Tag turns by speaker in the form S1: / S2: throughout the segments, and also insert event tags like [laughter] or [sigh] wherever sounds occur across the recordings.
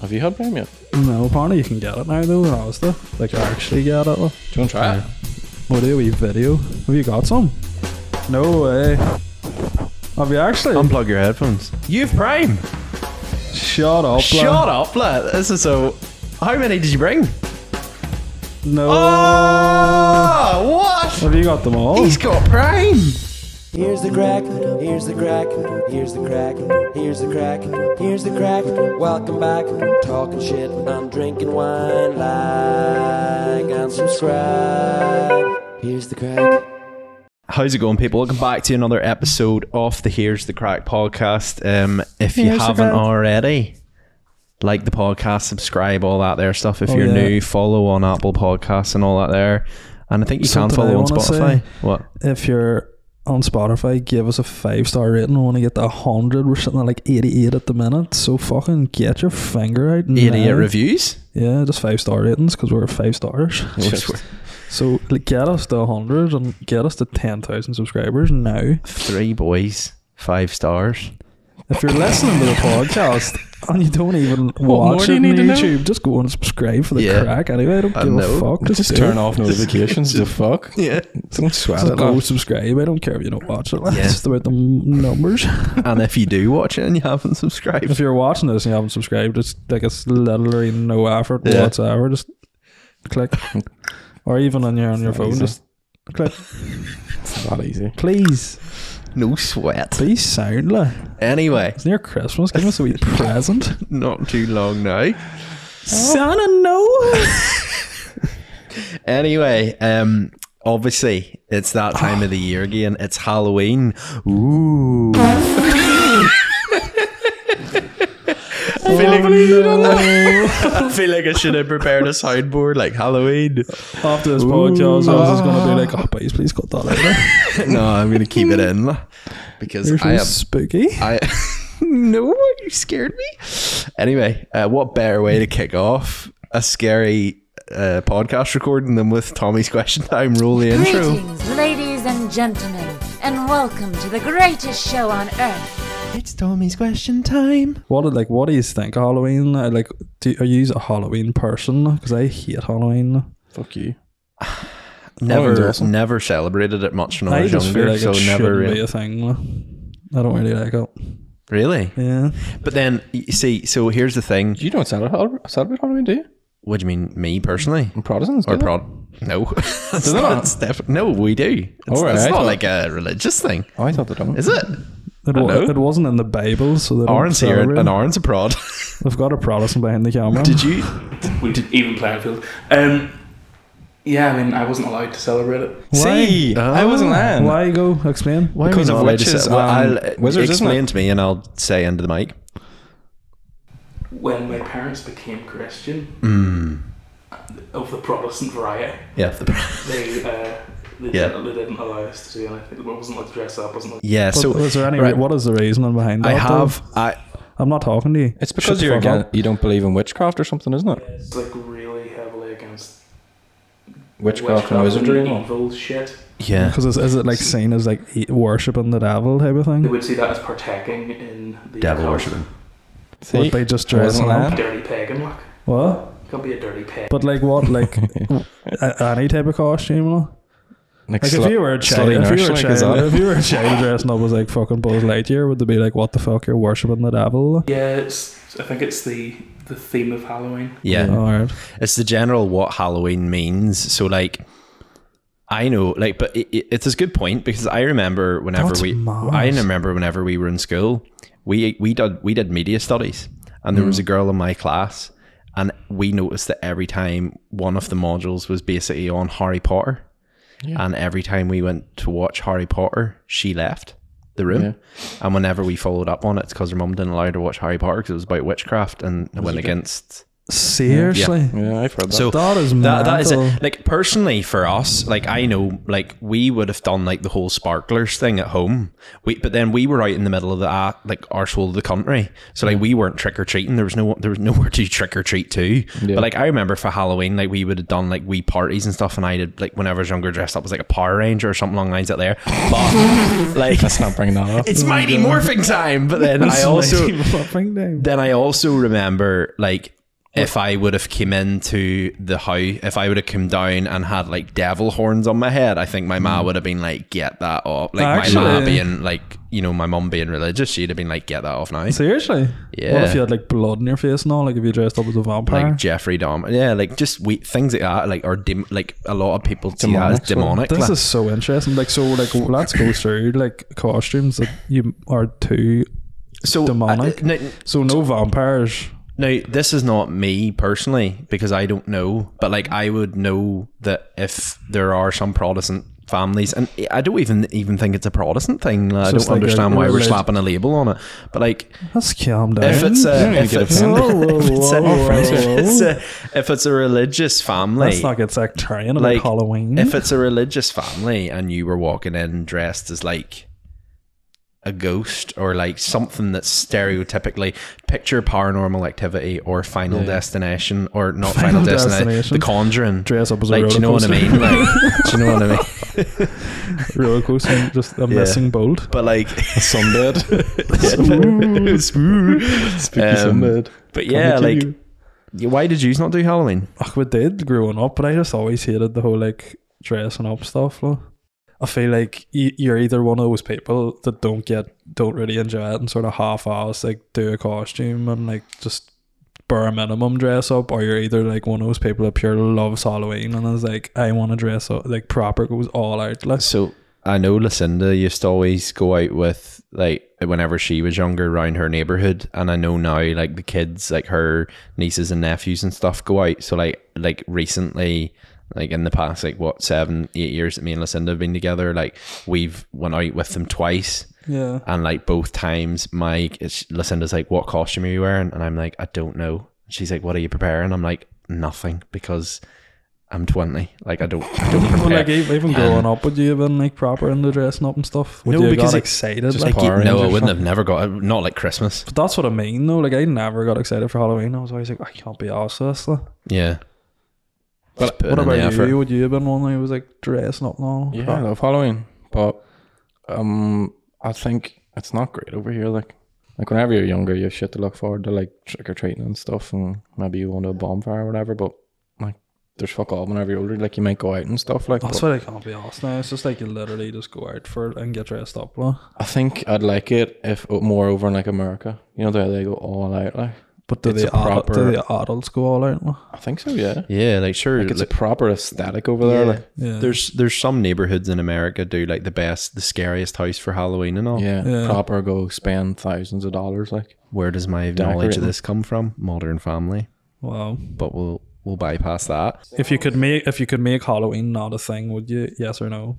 S1: Have you had Prime yet?
S2: No, apparently you can get it now though in Asda. Like actually get it. Though.
S1: Do you want to try it?
S2: We'll do a wee video. Have you got some? No way. Have you actually?
S3: Unplug your headphones. You've Prime.
S2: Shut up.
S3: Shut up, lad. This is so. How many did you bring?
S2: No.
S3: Oh, what?
S2: Have you got them all?
S3: Oh. He's got Prime.
S4: Here's the crack, here's the crack, here's the crack, here's the crack, here's the crack. Welcome back, talking shit, I'm drinking wine, like and subscribe. Here's the crack.
S3: How's it going, people? Welcome back to another episode of the Here's the Crack podcast. Um, if you
S2: Here's the
S3: haven't
S2: crack.
S3: already, like the podcast, subscribe, all that there stuff. If
S2: Oh,
S3: you're
S2: yeah.
S3: new, follow on Apple Podcasts and all that there. And I think you
S2: Something
S3: can
S2: I
S3: follow on
S2: wanna
S3: Spotify.
S2: say.
S3: What?
S2: If you're on Spotify, give us a five star rating. I want to get to hundred. We're sitting at like eighty eight at the minute. So fucking get your finger out.
S3: Idiot
S2: now.
S3: reviews.
S2: Yeah, just five star ratings because we're five stars.
S1: Just-
S2: So like, get us to hundred and get us to ten thousand subscribers now.
S3: Three boys, five stars.
S2: If you're listening to the podcast and you don't
S1: [laughs]
S2: even
S1: more
S2: watch
S1: do
S2: it
S1: you
S2: on
S1: need to know?
S2: YouTube, just go and subscribe for the
S3: Yeah.
S2: crack. Anyway, I don't
S3: I
S2: give
S3: know.
S2: a fuck. Just,
S1: Just
S2: do
S1: turn
S2: it.
S1: off notifications.
S2: [laughs]
S1: the fuck?
S3: Yeah.
S1: Don't sweat
S2: Just
S1: it.
S2: go
S1: lad.
S2: subscribe. I don't care if you don't watch it. [laughs] It's
S3: Yeah.
S2: just about the m-
S1: [laughs]
S2: numbers.
S3: and if you do watch it and you haven't subscribed,
S2: if you're watching this and you haven't subscribed, it's like it's literally no effort
S3: Yeah.
S2: whatsoever. Just
S3: [laughs]
S2: click, or even on your on your
S1: It's
S2: phone,
S1: easy.
S2: just click.
S1: It's not that easy.
S2: Please,
S3: no sweat.
S2: please sound like
S3: Anyway,
S2: it's near Christmas. Give us
S3: [laughs]
S2: a wee present.
S3: not too long now.
S2: Santa, [laughs] no.
S3: Anyway, um, obviously it's that time of the year again. It's Halloween. Ooh. [laughs] Feeling- I feel like I should have prepared a soundboard like Halloween.
S2: After this podcast, I was just gonna be like, "Oh, please, please cut
S3: [laughs]
S2: that out."
S3: No, I'm gonna keep it [laughs] in because
S2: You're so
S3: I am
S2: spooky.
S3: I [laughs] no, you scared me. Anyway, uh, what better way to kick off a scary uh, podcast recording than with Tommy's question time? Roll the intro.
S5: Greetings, ladies and gentlemen, and welcome to the greatest show on earth.
S3: It's Tommy's question time.
S2: What like what do you think of Halloween? Uh, Like, do are you a Halloween person? Because I hate Halloween.
S1: Fuck you. Halloween's
S3: Never,
S1: awesome.
S3: never celebrated it much when I
S2: I
S3: was
S2: just feel
S3: younger,
S2: like
S3: so
S2: it
S3: never
S2: shouldn't be
S3: re-
S2: a thing. like. I don't really like it.
S3: really.
S2: Yeah,
S3: But then you see, so here's the thing.
S1: You don't celebrate, Hall- celebrate Halloween, do you?
S3: What do you mean, me personally?
S1: And Protestants
S3: Or
S1: do
S3: prod? No, [laughs] that's
S1: they
S3: not.
S1: not?
S3: it's def- no, we do. It's,
S1: Oh, right,
S3: it's
S1: I
S3: not
S1: thought-
S3: like a religious thing,
S1: Oh, I thought they don't.
S3: is it?
S2: it, wa-
S3: know.
S2: it wasn't in the Bible, so they don't
S3: Orange here,
S2: celebrate.
S3: and orange a prod. [laughs]
S2: I've got a Protestant behind the camera.
S3: Did you?
S6: we did even playing field. Um, yeah, I mean, I wasn't allowed to celebrate it.
S2: Why?
S1: See, I wasn't lying.
S2: Why go explain?
S3: Oh. Why
S1: Because of witches and
S3: I'll
S1: wizards, isn't
S3: explain
S1: it?
S3: to me, and I'll say into the mic.
S6: When my parents became Christian,
S1: Hmm.
S6: of the Protestant variety,
S3: Yeah, the, [laughs]
S6: they uh, they,
S3: Yeah.
S6: didn't, they didn't allow us to do anything. I wasn't allowed to dress up. wasn't allowed
S3: yeah.
S2: But
S3: So
S2: was there any?
S3: right,
S2: What is the reasoning behind that?
S3: I
S2: though?
S3: have. I
S2: I'm not talking to you.
S1: It's
S2: Shut
S1: because
S2: the
S1: you're
S2: fuck up.
S1: against, you don't believe in witchcraft or something, isn't it?
S6: It's like really heavily against
S1: Witchcraft, and wizardry and all.
S6: evil shit.
S3: yeah.
S2: Because is, is it like seen as like e- worshiping the devil type of
S6: They
S2: thing?
S6: would see that as partaking in the
S3: Devil
S6: occult.
S3: worshipping.
S1: See,
S2: What, they just
S1: I wasn't
S2: dressing up?
S1: lying.
S6: dirty pagan. Look,
S2: What?
S6: can't be a dirty pagan.
S2: But like
S3: [laughs]
S2: what? Like a- any type of costume? you know?
S1: Like,
S2: Like
S1: slut-
S2: if you were a child,
S1: slutty
S2: if
S1: nurse,
S2: you were a
S1: like, is
S2: child,
S1: that it?
S2: if you were a child dressing up as like fucking Buzz Lightyear, would they be like, "What the fuck? You're worshiping the devil"?
S6: yeah, it's, I think it's the the theme of Halloween.
S3: Yeah.
S2: All right.
S3: It's the general what Halloween means. So like, I know, like, but it, it- it's a good point because I remember whenever
S2: That's
S3: we,
S2: mad.
S3: I remember whenever we were in school, we we did we did media studies, and there was
S2: Mm.
S3: a girl in my class, and we noticed that every time one of the modules was basically on Harry Potter, and every time we went to watch Harry Potter, she left the room. And whenever we followed up on it, it's because her mum didn't allow her to watch Harry Potter because it was about witchcraft and it went against
S2: Seriously.
S1: Yeah, I've heard that.
S3: So
S2: That is
S3: that, that is
S2: mental.
S3: it. Like personally for us, like I know, like we would have done like the whole sparklers thing at home. We but then we were out in the middle of the uh, like arsehole of the country, so like we weren't trick or treating. There was no there was nowhere to trick or treat to.
S1: Yeah.
S3: But like I remember for Halloween, like we would have done like wee parties and stuff, and I did like whenever I was younger, dressed up as like a Power Ranger or something along the lines out there. But like
S1: let's not bring that up.
S3: it's Mighty Morphing time. But then I also
S2: [laughs]
S3: then I also remember like if I would have came into the house, if I would have come down and had like devil horns on my head, I think my ma would have been like, "Get that off!" Like my ma
S2: Mm. Actually-
S3: being like, you know, my mum being religious, she'd have been like, "Get that off now."
S2: Seriously? What
S3: Yeah.
S2: if you had like blood in your face and all? Like if you dressed up as a vampire?
S3: like Jeffrey Dahmer, yeah, like just we, things like that, like or dem- like a lot of people see that as
S1: Demonic, so
S3: demonic.
S2: this
S3: like.
S2: is so interesting. Like so, like let's go through like costumes that you are too.
S3: so uh,
S2: demonic.
S3: n-
S2: So no vampires.
S3: Now, this is not me personally because I don't know, but like I would know that if there are some Protestant families, and I don't even even think it's a Protestant thing. like, I
S2: So it's
S3: don't
S2: like a
S3: understand why we're
S2: religion.
S3: slapping a label on it. But like,
S2: Let's calm down.
S3: if it's uh,
S1: don't
S3: a
S1: need to
S3: if
S1: get
S3: it's,
S1: offended.
S3: [laughs]
S2: Whoa,
S3: if it's a-
S2: whoa, whoa, whoa.
S3: if it's a if it's a religious family,
S2: let's not get sectarian about
S3: like
S2: Halloween.
S3: If it's a religious family and you were walking in dressed as like a ghost or like something that's stereotypically picture paranormal activity or Final Destination or not Final,
S2: Final
S3: Destination,
S2: Destination.
S3: The Conjuring.
S2: Dress up as a
S3: like, do you know what I
S2: roller [laughs]
S3: mean? Like, [laughs] do you know what I mean?
S2: roller coaster, and
S3: [laughs]
S2: just a missing bolt.
S3: But like [laughs]
S1: Sunbed. Spooky
S3: Um,
S1: sunbed.
S3: But yeah,
S1: Come to
S3: like
S1: you.
S3: yeah, why did you not do Halloween?
S2: Ach, we did growing up, but I just always hated the whole like dressing up stuff. Like. I feel like y- you're either one of those people that don't get, don't really enjoy it and sort of half ass, like do a costume and like just bare minimum dress up, or you're either like one of those people that pure loves Halloween and is like, I want to dress up, like proper goes all out. Like,
S3: So I know Lucinda used to always go out with like whenever she was younger around her neighborhood, and I know now like the kids, like her nieces and nephews and stuff, go out. So like like recently, like in the past like what seven eight years that me and Lucinda have been together, like we've went out with them twice.
S2: yeah.
S3: And like both times, my it's, Lucinda's like, "What costume are you wearing?" And I'm like, "I don't know." She's like, "What are you preparing?" I'm like, "Nothing," because I'm 20. Like I don't, I
S2: [laughs]
S3: don't
S2: But
S3: prepare.
S2: like ev- even growing up, would you have been like proper into dressing up and stuff? Would
S3: No,
S2: you have
S3: because
S2: got
S3: it-
S2: excited?
S1: just
S2: like,
S1: like- Power
S3: no, I
S1: Rangers
S3: wouldn't
S1: stuff.
S3: have never got not like Christmas.
S2: but that's what I mean though. Like I never got excited for Halloween. I was always like, "Oh, I can't be arsed with this. Like.
S3: Yeah. But
S2: What about you? Would you have been one who was like dressing up and all?
S1: Yeah, I
S2: Crap.
S1: love Halloween, but um, I think it's not great over here. Like, like whenever you're younger, you have shit to look forward to, like trick or treating and stuff, and maybe you want to a bonfire or whatever. But like, there's fuck all whenever you're older. Like, you might go out and stuff. Like,
S2: That's
S1: but
S2: why I can't be asked now. It's just like you literally just go out for it and get dressed up. Like.
S1: I think I'd like it if uh, more over in like America. You know, there they go all out. Like,
S2: But do
S1: It's
S2: the,
S1: a
S2: adult, do
S1: proper-
S2: the adults go all out? Like?
S1: I think so. Yeah,
S3: Yeah, like sure.
S1: like it's a
S3: like,
S1: proper aesthetic over there. Like,
S2: Yeah.
S3: There's there's some neighborhoods in America do like the best, the scariest house for Halloween and all.
S1: yeah,
S2: Yeah.
S1: proper go spend thousands of dollars. Like,
S3: Where does my knowledge of
S1: Decorating.
S3: this come from? Modern Family.
S2: wow.
S3: But we'll we'll bypass that.
S2: If you could make if you could make Halloween not a thing, would you? Yes or no?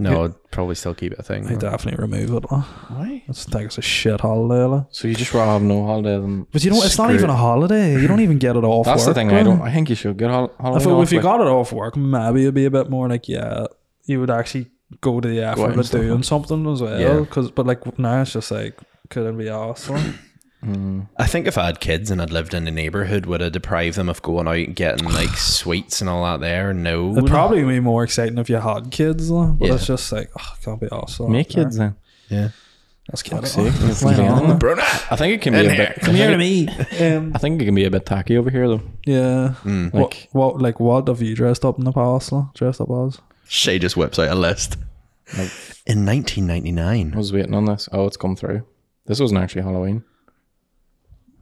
S3: No, I'd probably still keep it a thing.
S2: I definitely remove it. Like.
S1: why?
S2: I just think it's a shit holiday. Like.
S1: So you just rather have no holiday than.
S2: But you know, it's not
S1: Screw
S2: even
S1: it.
S2: a holiday. You don't even get it off.
S1: [laughs] That's the
S2: work,
S1: thing.
S2: like.
S1: I don't. I think you should get hol- Halloween.
S2: I feel
S1: off,
S2: if you
S1: like-
S2: got it off work, maybe it'd be a bit more like yeah, you would actually go to the
S1: out
S2: effort
S1: and
S2: of
S1: stuff,
S2: doing
S1: like.
S2: something as
S3: Yeah.
S2: well. Because but like now it's just like couldn't be
S1: [laughs]
S2: awesome.
S3: I think if I had kids and I'd lived in a neighborhood, would I deprive them of going out and getting [sighs] like sweets and all that there? No.
S2: It'd probably be more exciting if you had kids, though, but
S3: Yeah.
S2: it's just like oh, can't be awesome.
S1: Make kids then.
S3: yeah.
S2: That's get
S1: Fuck's
S2: it.
S1: sake, it's Leon. I think it can be a bit. Come here to me.
S2: Um,
S1: I think it can be a bit tacky over here though.
S2: yeah.
S1: Hmm. Like
S2: what, what like what have you dressed up in the past? Like? Dressed up as?
S3: She just whips out a list. In 1999,
S1: I was waiting on this. Oh, it's come through. This wasn't actually Halloween.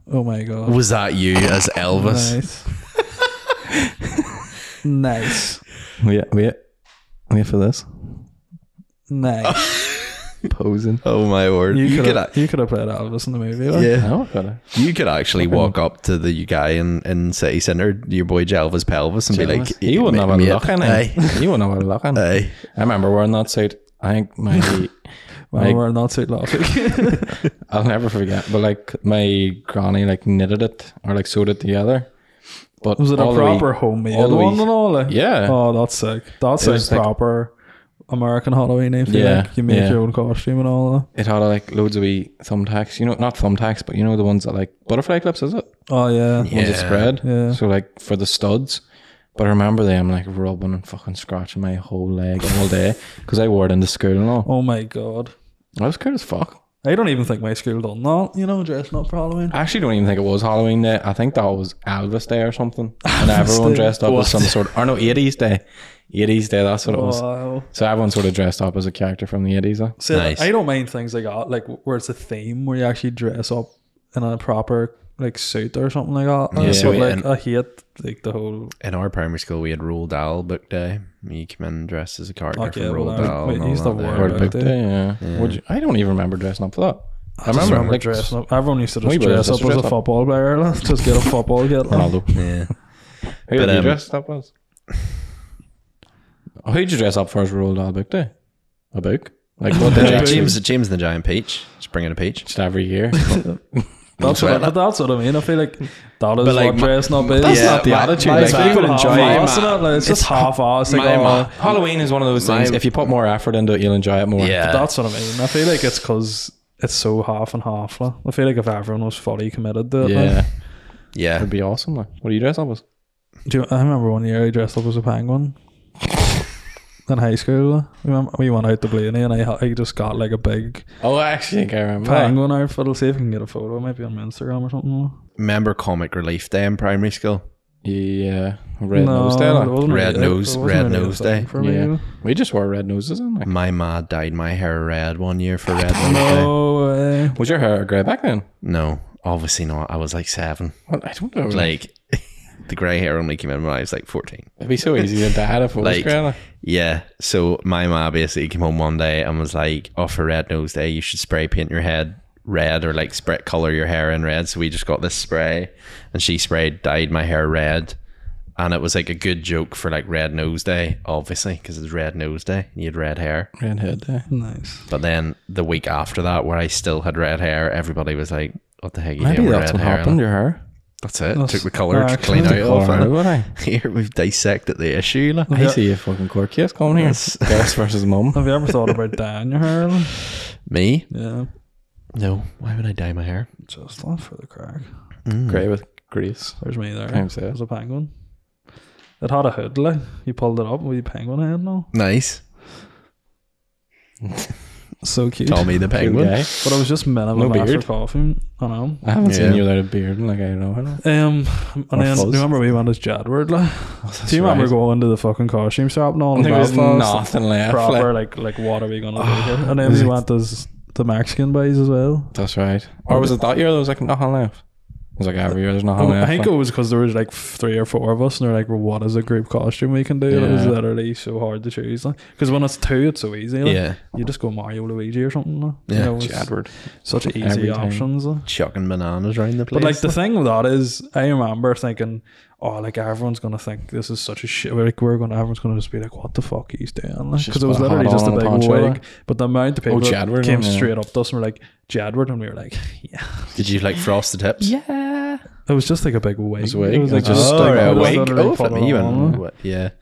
S2: Oh my god.
S3: was that you as Elvis?
S2: nice. nice. [laughs]
S1: Wait, wait, wait for this
S2: Nice.
S1: posing.
S3: Oh my word! You,
S2: You could
S3: could,
S2: have
S3: a-
S2: you could have played Elvis in the movie. Like.
S3: yeah,
S1: No, I uh, got it.
S3: you could actually walk up to the guy in, in City Centre, your boy Jelvis Pelvis, and be like,
S1: he wouldn't have a
S3: "Mate,
S1: look in
S3: aye,
S1: it. He wouldn't have a
S3: [laughs]
S1: look in it.
S3: aye."
S1: I remember wearing that suit. I think my
S2: Well,
S1: Like-
S2: we're not so last week.
S1: I'll never forget. But like my granny like knitted it or like sewed it together, But
S2: Was it
S1: all
S2: a
S1: the wee-
S2: proper homemade
S1: all the wee-
S2: one and all? Like,
S1: Yeah.
S2: Oh, that's sick. That's
S1: It
S2: a
S1: was like-
S2: proper American Halloween name.
S1: Yeah,
S2: Yeah. Like you make
S1: yeah.
S2: your own costume and all that.
S1: It had uh, like loads of wee thumbtacks. You know, not thumbtacks, but you know the ones that like butterfly clips, is it?
S2: Oh yeah. Yeah.
S1: Ones that spread.
S2: Yeah.
S1: So like for the studs. But I remember them like rubbing and fucking scratching my whole leg all day because I wore it into school and all.
S2: Oh my god.
S1: I was scared as fuck.
S2: I don't even think my school done that. You know, dressing up for Halloween.
S1: I actually don't even think it was Halloween day. I think that was Elvis Day or something. And everyone
S2: Day.
S1: dressed up as some sort or no, 80s Day. 80s Day, that's what it was.
S2: Wow.
S1: So everyone sort of dressed up as a character from the eh? 80s. Like.
S2: So
S3: Nice.
S2: I don't mind things like that, like where it's a theme where you actually dress up in a proper like suit or something like that.
S1: Yeah.
S2: Yeah. But like
S3: And-
S2: I hate like the whole
S3: In our primary school, we had Roald Dahl book day. You came in dressed as a character
S2: Like,
S3: from
S2: yeah,
S3: Roald
S2: well, I-
S3: Dahl.
S2: wait,
S3: and all
S2: he's the
S3: that there.
S2: word.
S1: Or Big
S2: Day.
S1: Day, yeah. Would you- I don't even remember dressing up for that. I, remember, like,
S2: dressing up. Everyone used to
S1: We
S2: just
S1: were
S2: dress
S1: just
S2: up as a
S1: dressed up.
S2: football player. Let's [laughs] just get a football get like,
S1: Ronaldo.
S3: Yeah.
S1: Who
S3: But,
S1: did you
S3: um,
S1: dress up as? Oh, Who'd you dress up for as Roald Dahl Big Day? A book? [laughs] Like what did you
S3: Yeah,
S1: actually
S3: uh, James, James and the Giant Peach. Just bring in a peach.
S1: just every year?
S2: [laughs] That's what, I, that's what I mean. I feel like that is
S3: like,
S2: what
S3: my-
S2: dressing up is.
S3: that's not the
S2: My-
S3: attitude,
S2: my
S3: like,
S2: people
S3: people enjoy it,
S2: half-ass in
S3: man.
S2: it, like, It's just
S3: It's-
S2: half ass. Like,
S3: my
S2: oh,
S3: man.
S1: [laughs] Halloween is one of those
S3: My-
S1: things. If you put more effort into it, you'll enjoy it more.
S2: That's what I mean. I feel like it's because it's so half and half. Like. I feel like if everyone was fully committed to it, like,
S1: Yeah.
S3: yeah.
S1: It'd be awesome. Like. What do you dress up as?
S2: Do you, I remember one year I dressed up as a penguin in high school. We went, we went out to Blaney and I, ha- I just got like a big
S1: Oh, I actually think I remember.
S2: penguin outfit. I'll see if I can get a photo. It might be on my Instagram or something.
S3: Remember Comic Relief Day in primary school?
S1: Yeah. Red
S2: No,
S1: nose
S2: it
S1: day. like.
S2: wasn't
S3: Red
S2: really- it
S3: nose-
S2: wasn't
S3: red
S2: really a
S3: nose
S2: thing
S3: day.
S2: For
S1: Yeah.
S2: me.
S1: We just wore red noses in. Like.
S3: My ma dyed my hair red one year for Red Nose Day.
S2: No way.
S1: Was your hair grey back then?
S3: No, obviously not. I was like seven.
S1: Well, I don't know.
S3: Like, [laughs] the grey hair only came in when I was like 14.
S1: It'd be so easy to dad if it was
S3: Like-
S1: grey. Like.
S3: Yeah. So my ma basically came home one day and was like, "Oh, for Red Nose Day, you should spray paint your head red or like spray color your hair in red." So we just got this spray, and she sprayed dyed my hair red, and it was like a good joke for like Red Nose Day, obviously, because it's Red Nose Day and you had red hair.
S1: Redhead day.
S2: Nice.
S3: But then the week after that, where I still had red hair, everybody was like, "What the heck? You
S1: Maybe
S3: doing with
S1: that's
S3: red
S1: what
S3: hair?"
S1: happened. Your hair.
S3: That's it.
S2: That's-
S3: Took the color
S2: Yeah,
S3: clean out
S2: actually.
S3: of
S1: Colour out of
S3: it.
S1: it, eh?
S3: Here we've dissected the issue. Like.
S1: I see a fucking court case coming here.
S2: [laughs]
S3: Yes.
S1: Girls versus mum.
S2: Have you ever thought about [laughs] dyeing your hair? like?
S3: Me?
S2: Yeah.
S3: No. Why would I dye my hair?
S2: Just off for the crack. Hmm.
S1: Grey with grease.
S2: There's me there.
S1: Thanks, yeah.
S2: It was a penguin. It had a hood, like. You pulled it up with your penguin head now.
S3: Nice.
S2: So cute.
S3: Tommy [laughs] the
S1: Good
S3: Penguin.
S1: guy.
S2: But I was just minimum
S1: No
S2: after
S1: beard.
S2: coffee. I know.
S1: I haven't seen
S3: Yeah.
S1: you without a beard. Like I [laughs] know. I know.
S2: Um,
S1: Or
S2: and then, do
S1: fuzz.
S2: you remember we went as Jadward? Like, do you remember
S1: right.
S2: going to the fucking costume shop and all? in
S1: There was
S2: Belfast?
S1: nothing left.
S2: Proper,
S1: like-
S2: like, like, what are we gonna
S1: [sighs]
S2: do here? And then we went as the Mexican boys as well.
S1: that's right. Or was it that year? There was like nothing left. It was like every year. There's nothing
S2: Oh, I
S1: left.
S2: think it
S1: like.
S2: was because there was like three or four of us, and they're like, well, "What is a group costume we can do?" And it was
S1: Yeah.
S2: literally so hard to choose. Like, because when it's two, it's so easy. Like,
S3: Yeah.
S2: you just go Mario, Luigi, or something. Like,
S3: Yeah.
S2: you know, it's
S1: Jadward.
S2: such easy
S1: Every time.
S2: options. Like.
S3: Chucking bananas around the place.
S2: But like the thing with that is, I remember thinking, "Oh, like everyone's gonna think this is such a shit. Like we're gonna, everyone's gonna just be like, what the fuck he's doing?" Because
S1: Just
S2: it was
S1: put a
S2: literally
S1: hat
S2: just a
S1: on and
S2: big
S1: a poncho,
S2: wig.
S1: like.
S2: But the amount of people that
S1: Jadward,
S2: came
S1: yeah.
S2: straight up to us and were like, "Jadward," and we were like, "Yeah."
S3: Did you like frost the tips? Yeah.
S2: It was just like a big wig.
S1: was a wig.
S2: It was like
S1: It was
S2: just
S1: just
S2: like,
S1: like a
S2: it was
S1: wig.
S2: literally
S3: Oh,
S2: put
S3: flipping, you
S2: on,
S3: went,
S2: like,
S3: what? Yeah.
S1: It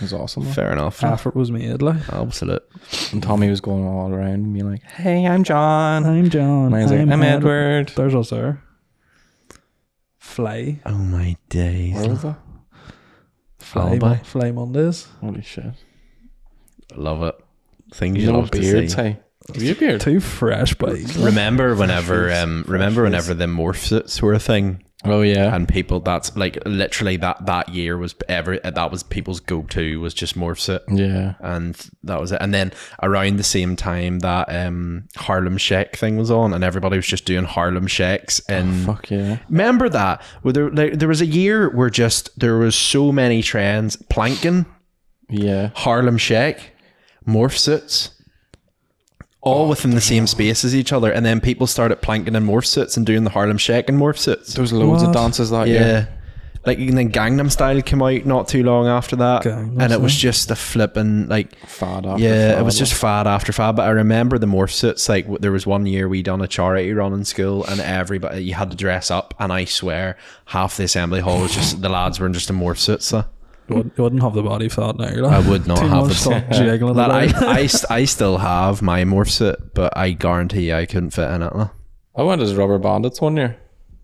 S1: was awesome. like.
S3: Fair enough.
S2: Effort was made. Like
S3: Absolute.
S1: And Tommy was going all around me like, "Hey, I'm John."
S2: I'm John.
S1: And I was like,
S2: I'm,
S1: "I'm
S2: Ed-
S1: Edward."
S2: There's us there. Fly,
S3: Oh my days.
S2: fly,
S3: Alibi.
S2: Mon- fly Mondays.
S1: Holy shit!
S3: Love it. Things you
S1: No
S3: love to
S1: beards.
S3: see.
S1: Hey, have you a beard?
S2: Two
S3: [laughs]
S2: fresh boys.
S3: Remember whenever um remember whenever the morph suits were a thing
S1: Oh yeah.
S3: and people that's like literally that that year was ever that was people's go to was just morph suit.
S1: yeah.
S3: and that was it. And then around the same time that um, Harlem Shake thing was on, and everybody was just doing Harlem Shakes. And
S1: Fuck yeah.
S3: remember that? Where there, like, there was a year where just there was so many trends: planking,
S1: Yeah.
S3: Harlem Shake, morph suits. All within the same space as each other, and then people started planking in morph suits and doing the Harlem Shake and morph suits.
S1: There was loads
S2: What?
S1: of dances that
S3: Yeah,
S1: year.
S3: Like and then Gangnam Style came out not too long after that,
S2: Gangnam
S3: and it was
S2: Style.
S3: just a flipping like
S1: Fad after
S3: yeah, it
S1: fad,
S3: was just
S1: like.
S3: fad after fad. But I remember the morph suits. Like w- there was one year we done a charity run in school, and everybody you had to dress up. And I swear, half the assembly hall was just the lads were in just a morph suits. So.
S2: You wouldn't, you wouldn't have the body fat now. Like.
S3: I would not
S2: Too
S3: have
S2: much
S3: the-
S2: stuff
S3: [laughs]
S2: jiggling
S3: That I,
S2: about.
S3: I, st- I still have my morph suit, but I guarantee I couldn't fit in it. lah.
S1: I went as rubber bandits one year.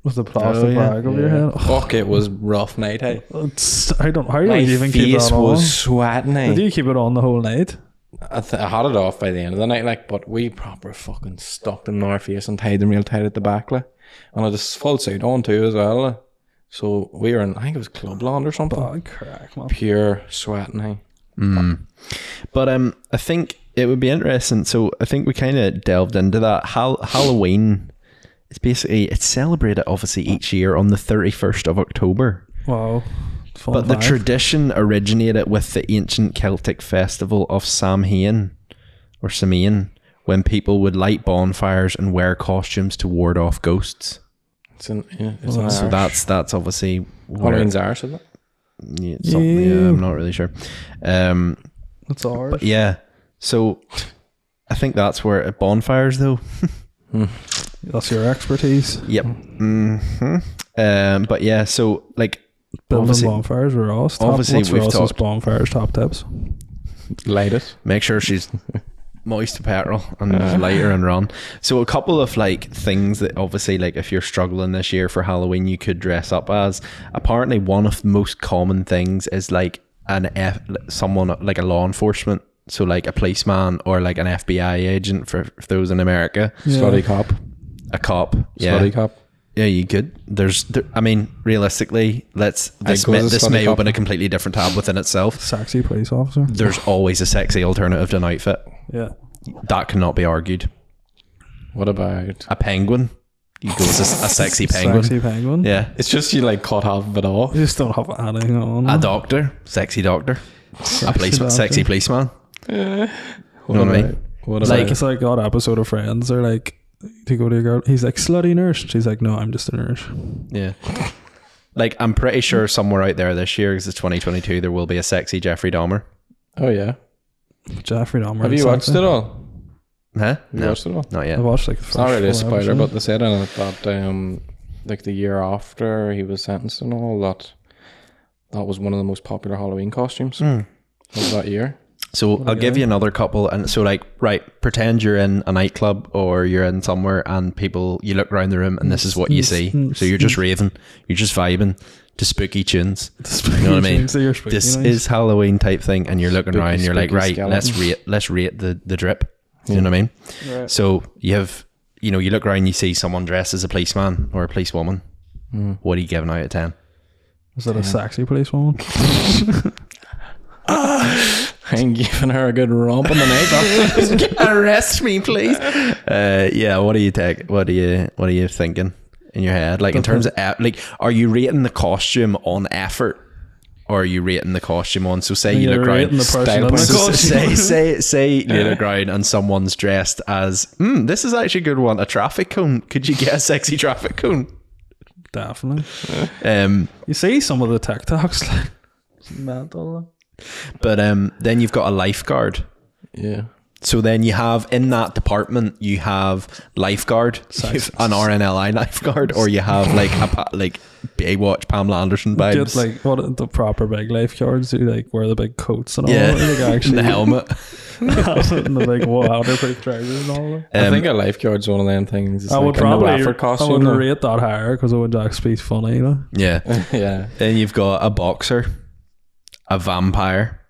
S2: with the plastic
S3: Oh, yeah.
S2: bag over your head. Oh,
S1: Fuck, it was rough night. Hey,
S2: it's, I don't. How do you
S1: my
S2: even keep
S1: face
S2: that on?
S1: was sweating. eh.
S2: Did you keep it on the whole night?
S1: I, th- I had it off by the end of the night, like, but we proper fucking stuck them in our face and tied them real tight at the back, like, and I just full suit on too as well. like. So we were in, I think it was Clubland or something.
S2: Oh, crack, man.
S1: Pure sweating. eh.
S3: But um, I think it would be interesting. So I think we kind of delved into that. Hal- Halloween. It's basically it's celebrated obviously each year on the thirty first of October.
S2: Wow. Fun
S3: But the
S2: fact.
S3: tradition originated with the ancient Celtic festival of Samhain or Samhain, when people would light bonfires and wear costumes to ward off ghosts.
S1: It's in, yeah, it's in
S3: So
S1: Irish.
S3: that's that's obviously where-
S1: Halloween's Irish, isn't it?
S3: yeah, something, yeah, I'm not really sure. Um,
S2: It's ours.
S3: but yeah, so I think that's where uh, bonfires though.
S2: That's your expertise.
S3: Yep. hmm Um, but yeah, so like
S2: Building
S3: Obviously-
S2: bonfires with Ross. Top,
S3: obviously
S2: what's
S3: we've
S2: Ross's
S3: talked-
S2: bonfires top tips?
S1: Light it.
S3: make sure she's [laughs] moist apparel and lighter and
S1: [laughs]
S3: run. So a couple of like things that obviously like if you're struggling this year for Halloween, you could dress up as. Apparently, one of the most common things is like an F, someone like a law enforcement. So like a policeman or like an FBI agent for, for those in America,
S1: Slutty cop.
S3: a cop. Yeah,
S1: Slutty cop.
S3: yeah, you could. There's, there, I mean, realistically, let's this
S1: go
S3: may,
S1: as a
S3: this may
S1: slutty cop.
S3: open a completely different tab within itself.
S2: Sexy police officer.
S3: there's always a sexy alternative to an outfit.
S2: Yeah.
S3: That cannot be argued.
S1: What about?
S3: A penguin. You go as a, a sexy penguin.
S2: Sexy penguin.
S3: Yeah.
S1: It's just you like caught half of it off.
S2: You just don't have anything on.
S3: A doctor. Sexy doctor. a policeman.
S2: doctor.
S3: Sexy policeman.
S1: What
S3: know what I
S1: about-
S3: mean?
S1: What
S3: Like-
S1: about?
S2: Like it's like that episode of Friends. They're like, to go to your girl. He's like slutty nurse. She's like, no, I'm just a nurse.
S3: Yeah. Like, I'm pretty sure somewhere out there this year, because it's 2022, there will be a sexy Jeffrey Dahmer.
S1: oh yeah.
S2: Jeffrey Dahmer.
S1: Have
S2: is
S1: you watched
S2: sexy.
S1: it all?
S3: Huh?
S1: Have you
S3: No.
S1: watched it all?
S3: Not
S2: I
S3: yet.
S2: watched like the
S1: It's not
S2: first
S1: really a
S2: four
S1: spoiler,
S2: episodes.
S1: but they said in it that um, like the year after he was sentenced and all that, that was one of the most popular Halloween costumes of that [laughs] year.
S3: Hmm. So I'll give you another couple. And so, like, right, pretend you're in a nightclub or you're in somewhere, and people, you look around the room, and this is what you see. So you're just raving, you're just vibing to spooky tunes. you know what I
S2: [laughs] spooky
S3: mean?
S2: tunes, so you're spooky
S3: this
S2: nights.
S3: is Halloween type thing, and you're looking around, and you're like,
S1: spooky
S3: right, let's
S1: skeletons.
S3: rate, let's rate the the drip. You know what I mean? So you have, you know, you look around, you see someone dressed as a policeman or a policewoman. What are you giving out of ten?
S2: Is that a sexy police woman?
S1: I'm giving her a good romp in the night. [laughs] That's
S3: arrest me, please. [laughs] Uh, yeah, what do you take? What do you What are you thinking in your head? Like in terms of eff- like, are you rating the costume on effort, or are you rating the costume on? So say you
S2: You're
S3: look
S2: rating
S3: around.
S2: the person
S1: style
S2: in the
S1: points.
S3: So
S2: costume.
S3: say say say you look around and someone's dressed as hmm, this is actually a good one, a traffic cone. Could you get a sexy [laughs] traffic cone?
S2: Definitely.
S3: Um,
S2: You see some of the TikToks [laughs] like it's mental.
S3: but um, then you've got a lifeguard.
S1: yeah.
S3: So then you have in that department you have
S2: [laughs]
S3: lifeguard, you have [laughs] an RNLI lifeguard, or you have like a pa- like Baywatch Pamela Anderson vibes,
S2: Get like what are the proper big lifeguards do, like wear the big coats and all.
S3: yeah, [laughs]
S2: Like,
S3: the
S2: oh, actually,
S3: helmet.
S2: [laughs] and the big waterproof trousers and all. That.
S1: I
S3: Um,
S1: think a lifeguard's one of them things. It's
S2: I would
S1: like a
S2: probably
S1: no-effort
S2: I would
S1: costume. though.
S2: rate that higher because I would actually be funny. You know?
S3: Yeah.
S1: [laughs] yeah.
S3: Then you've got a boxer, a vampire,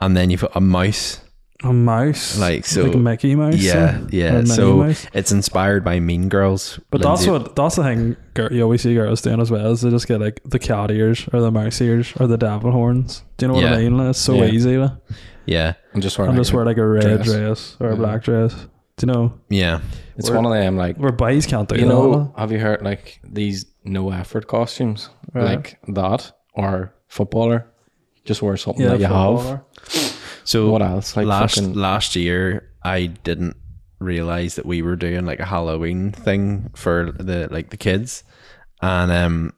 S3: and then you've got a mouse.
S2: A mouse,
S3: Like, so-
S2: like Mickey Mouse.
S3: Yeah,
S2: or- or
S3: yeah.
S2: Minnie
S3: So
S2: Mouse.
S3: it's inspired by Mean Girls.
S2: But that's what that's the thing gir- you always see girls doing as well is they just get like the cat ears or the mouse ears or the devil horns. Do you know what
S3: Yeah.
S2: I mean? Like, It's so
S1: Yeah.
S2: easy. Like.
S3: Yeah,
S1: I'm just wearing.
S2: I'm
S1: like,
S2: just wearing like a red
S1: dress.
S2: dress, or a black dress. Do you know?
S3: yeah.
S1: It's one of them like
S2: Where boys can't do
S1: you
S2: that,
S1: know.
S2: like.
S1: Have you heard like these no-effort costumes
S2: Right.
S1: like that or footballer? Just wear something
S2: Yeah,
S1: that you have.
S2: footballer.
S3: So
S1: What else? Like
S3: last
S1: fucking-
S3: last year, I didn't realize that we were doing like a Halloween thing for the like the kids, and um,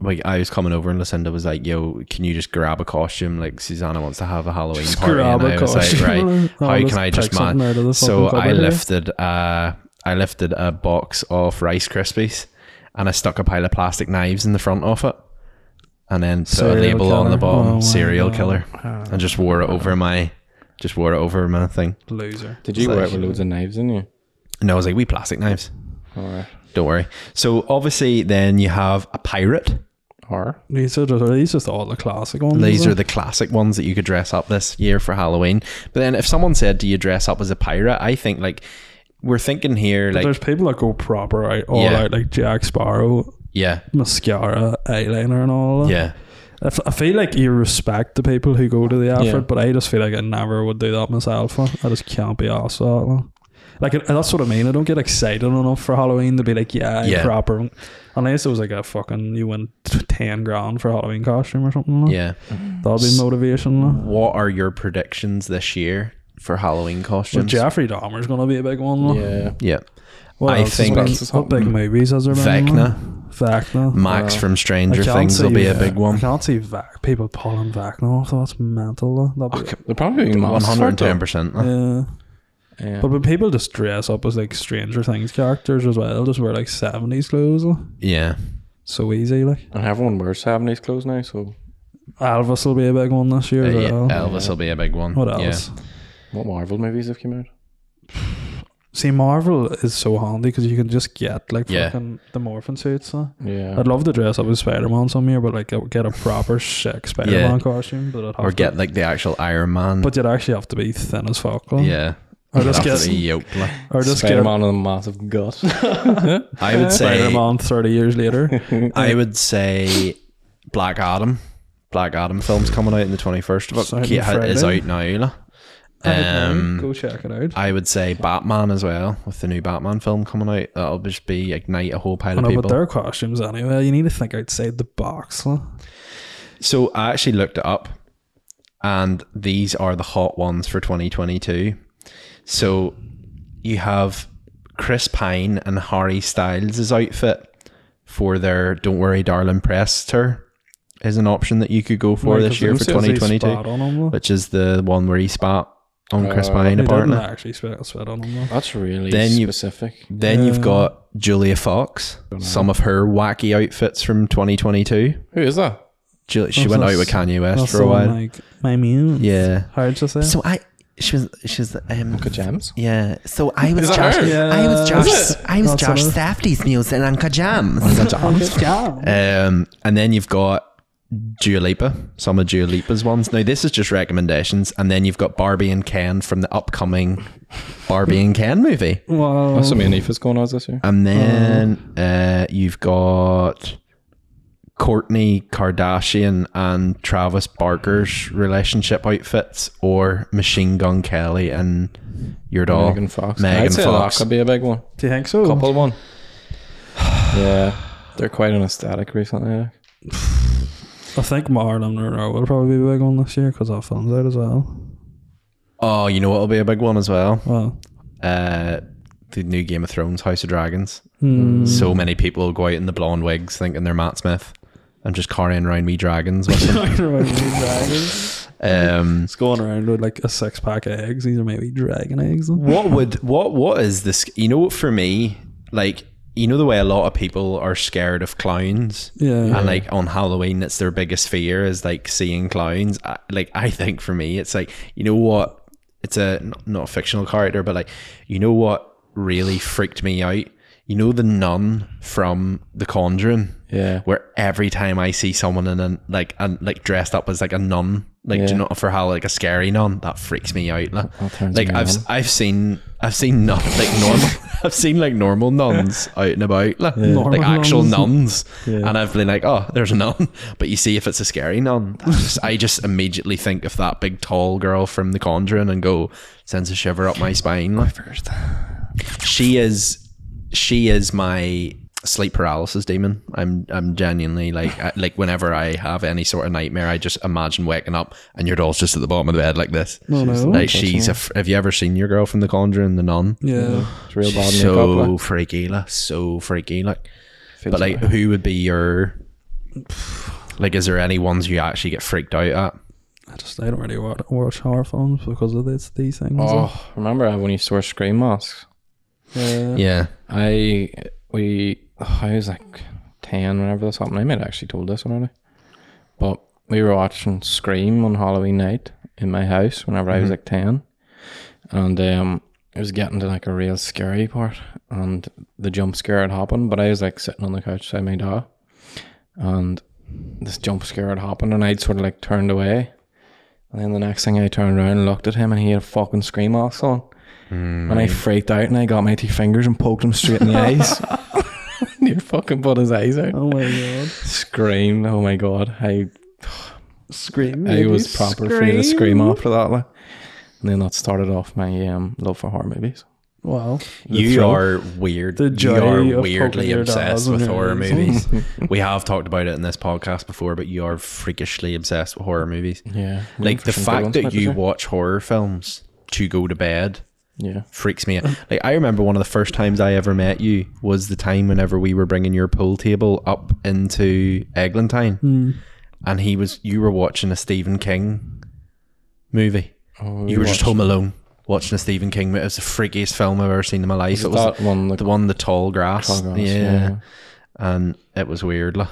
S3: like I was coming over and Lucinda was like, "Yo, can you just grab a costume? Like Susanna wants to have a Halloween
S2: Just
S3: party."
S2: grab
S3: and
S2: a
S3: I was
S2: costume.
S3: like, "Right,
S2: [laughs] Oh,
S3: how
S2: let's
S3: can I just
S2: pick something out of
S3: man?"
S2: the
S3: So
S2: fucking
S3: I
S2: cupboard here.
S3: lifted, uh, I lifted a box of Rice Krispies, and I stuck a pile of plastic knives in the front of it, and then put a
S2: Serial
S3: label on the
S2: killer.
S3: bottom,
S2: Oh, wow.
S3: serial killer,
S2: Ah.
S3: and just wore it over my, just wore it over my thing.
S2: Loser.
S1: Did you wear it with
S3: Like-
S1: loads of knives in you?
S3: And I was like, "We plastic knives."
S1: Or
S3: Don't worry. So obviously, then you have a pirate.
S1: or
S2: These are just, are these just all the classic ones.
S3: These
S2: isn't
S3: are the classic ones that you could dress up this year for Halloween. But then if someone said, "Do you dress up as a pirate?" I think like we're thinking here
S2: it?
S3: like
S2: There's people that go proper out, all
S3: Yeah.
S2: out, like Jack Sparrow,
S3: yeah,
S2: mascara, eyeliner, and all that.
S3: yeah.
S2: I f- I feel like you respect the people who go to the effort,
S1: Yeah.
S2: but I just feel like I never would do that myself. like. I just can't be asked that. Like, like it- that's what I mean. I don't get excited enough for Halloween to be like, yeah, I'm
S3: Yeah.
S2: proper. Unless it was like a fucking you win ten grand for a Halloween costume or something. Like.
S3: Yeah.
S2: that'd be motivation. Like.
S3: What are your predictions this year for Halloween
S2: Well,
S3: costumes?
S2: Jeffrey Dahmer's gonna be a big one. Like.
S1: yeah,
S3: yeah.
S2: What
S3: I
S2: else has
S3: think- Mm.
S2: been-
S1: That's
S2: what big
S1: something.
S2: movies has there been? like?
S3: Vecna,
S2: Vecna.
S3: Max
S1: Uh,
S3: from Stranger
S2: I can't
S3: Things will
S2: see
S3: be a
S2: Vec-
S3: big
S2: I
S3: one.
S2: can't see Vec- people pulling Vecna off. That's mental. like. That'd be,
S1: they're probably being
S3: One
S1: masked for it,
S3: hundred and ten percent.
S2: yeah.
S1: Yeah.
S2: But when people just dress up as like Stranger Things characters as well, just wear like seventies clothes, like.
S3: [laughs] Yeah.
S2: so easy. Like
S1: and everyone wears seventies clothes now, so
S2: Elvis will be a big one this year.
S3: Uh,
S2: as
S3: yeah.
S2: well.
S3: Elvis will be a big one.
S2: What
S3: Yeah.
S2: else?
S1: what Marvel movies have come out?
S2: See, Marvel is so handy because you can just get like
S3: Yeah.
S2: fucking the morphin suits. Like.
S1: Yeah,
S2: I'd love to dress up as Spider Man some year, but like get a proper sick Spider Man costume. But I'd have
S3: Or
S2: to-
S3: get like the actual Iron Man.
S2: But you'd actually have to be thin as fuck. like.
S3: yeah.
S2: Or
S3: You'd [laughs]
S2: just
S3: have to
S2: get.
S3: be yoked,
S2: [laughs]
S3: like.
S2: Or just get.
S1: Spider-Man with a
S2: [laughs]
S1: massive gut.
S3: I would say
S2: Spider Man 30
S3: [laughs]
S2: years [laughs] later.
S3: I would say Black Adam. Black Adam film's coming out in the 21st of
S2: Starting
S3: October. It is
S2: Friday.
S3: out now. you know.
S2: I don't
S3: Um,
S2: know. Go check it out.
S3: I would say Batman as well, with the new Batman film coming out. That'll just be ignite a whole pile
S2: I
S3: of
S2: know, but
S3: people.
S2: their costumes anyway. You need to think outside the box. like.
S3: So I actually looked it up, and these are the hot ones for 2022. So you have Chris Pine and Harry Styles' outfit for their "Don't Worry, Darling" press tour is an option that you could go for
S2: Right, 'cause
S3: this year
S2: them
S3: for
S2: suits they
S3: 2022.
S2: spat on them, like.
S3: which is the one where he spat on Chris
S1: Uh,
S3: Pine
S2: They didn't
S3: apparently.
S2: actually spit, spit on them. though.
S1: That's really
S3: Then you-
S1: specific.
S3: Then you've got Julia Fox, some of her wacky outfits from 2022.
S1: Who is that?
S3: Ju- She
S2: That's
S3: went
S2: us-
S3: out with Kanye West
S2: That's
S3: for a
S2: the one,
S3: while.
S2: Like, my muse.
S3: yeah.
S2: Hard to say.
S3: So I, she was, she was, um,
S1: Uncle James.
S3: yeah. So I was
S1: that
S3: Josh,
S1: her?
S2: Yeah.
S3: I was
S2: Is
S3: Josh,
S2: it?
S3: I was
S2: That's
S3: Josh
S2: her.
S3: Safdie's muse in Uncle Jams. Um, and then you've got Dua Lipa, some of Dua Lipa's ones. Now, this is just recommendations. And then you've got Barbie and Ken from the upcoming Barbie and Ken movie.
S2: Well,
S1: That's what me and Aoife's going as this year.
S3: And then uh, you've got Courtney Kardashian and Travis Barker's relationship outfits, or Machine Gun Kelly and your dog
S1: Megan Fox.
S3: Oh. Megan
S1: I'd say
S3: Fox.
S1: that could be a big one.
S2: do you think so?
S1: Couple [sighs] one. yeah, they're quite an aesthetic recently. yeah.
S2: I think Marlon Monroe will probably be a big one this year because that film's out as well.
S3: oh, you know what'll be a big one as well?
S2: Well,
S3: Uh, the new Game of Thrones, House of Dragons.
S2: hmm. [laughs]
S3: So many people will go out in the blonde wigs, thinking they're Matt Smith, and just carrying around wee dragons. With
S2: [laughs]
S3: them. um,
S2: it's going around with like a six pack of eggs. These are maybe dragon eggs. Though.
S3: what would what what is this you know what for me like you know the way a lot of people are scared of clowns
S2: Yeah.
S3: and like on halloween it's their biggest fear is like seeing clowns I, like i think for me it's like you know what it's a n- not a fictional character but like you know what really freaked me out you know the nun from the conjuring
S1: Yeah.
S3: where every time i see someone in a like and like dressed up as like a nun like do you
S1: Yeah.
S3: know for how like a scary nun that freaks me out like
S1: turns
S3: like
S1: me
S3: I've
S1: on.
S3: I've seen I've seen not [laughs] like normal I've seen like normal nuns out and about like, like
S2: Normal
S3: actual nuns
S2: nuns.
S3: and I've been like oh there's a nun [laughs] but you see if it's a scary nun I just, I just immediately think of that big tall girl from The Conjuring and go sends a shiver up my spine like. she is she is my sleep paralysis demon i'm i'm genuinely like I, like whenever i have any sort of nightmare i just imagine waking up and your doll's just at the bottom of the bed like this
S2: No, no.
S3: like she's a, f- have you ever seen your girl from the conjuring the nun
S2: Yeah.
S1: It's real bad
S3: so
S1: makeup. Like.
S3: freaky like so freaky like
S1: Feels
S3: but like who would be your Like, is there any ones you actually get freaked out at?
S2: I just I don't really wa- watch horror films because of this, these things.
S1: Oh, remember when you used to wear screen masks?
S2: yeah.
S3: Yeah.
S1: I we I was like ten whenever this happened. I might have actually told this one already, but we were watching Scream on Halloween night in my house whenever I was like ten, and um, it was getting to like a real scary part, and the jump scare had happened. But I was like sitting on the couch beside my dad, and this jump scare had happened, and I'd sort of like turned away. And then the next thing I turned around and looked at him, and he had a fucking scream mask on. And I freaked out and I got my two fingers and poked him straight in the eyes. [laughs] Near fucking put his eyes out.
S2: Oh my god.
S1: Screamed. Oh my god. I
S2: Scream.
S1: I was proper afraid to scream after that. Like. And then that started off my um, love for horror movies.
S2: Wow.
S3: You
S1: thrill.
S3: are weird.
S2: The
S3: you
S2: joy of
S3: are
S2: poking
S3: weirdly
S2: your dad
S3: obsessed
S2: when
S3: with
S2: you're
S1: [laughs]
S3: horror
S2: young.
S3: movies. we have talked about it in this podcast before, but you are freakishly obsessed with horror movies.
S1: Yeah.
S3: Like
S1: For
S3: the
S1: some good
S3: fact
S1: ones,
S3: that
S1: I'd
S3: you
S1: say.
S3: watch horror films to go to bed
S1: Yeah.
S3: freaks me out. Like I remember one of the first times I ever met you was the time whenever we were bringing your pool table up into Eglantine, and he was you were watching a Stephen King movie. you were just home alone watching a Stephen King movie. It was the freakiest film I've ever seen in my life. It was
S1: that one, the-
S3: the one, the tall grass.
S1: Tall Grass,
S3: yeah.
S1: yeah.
S3: and it was weird, like,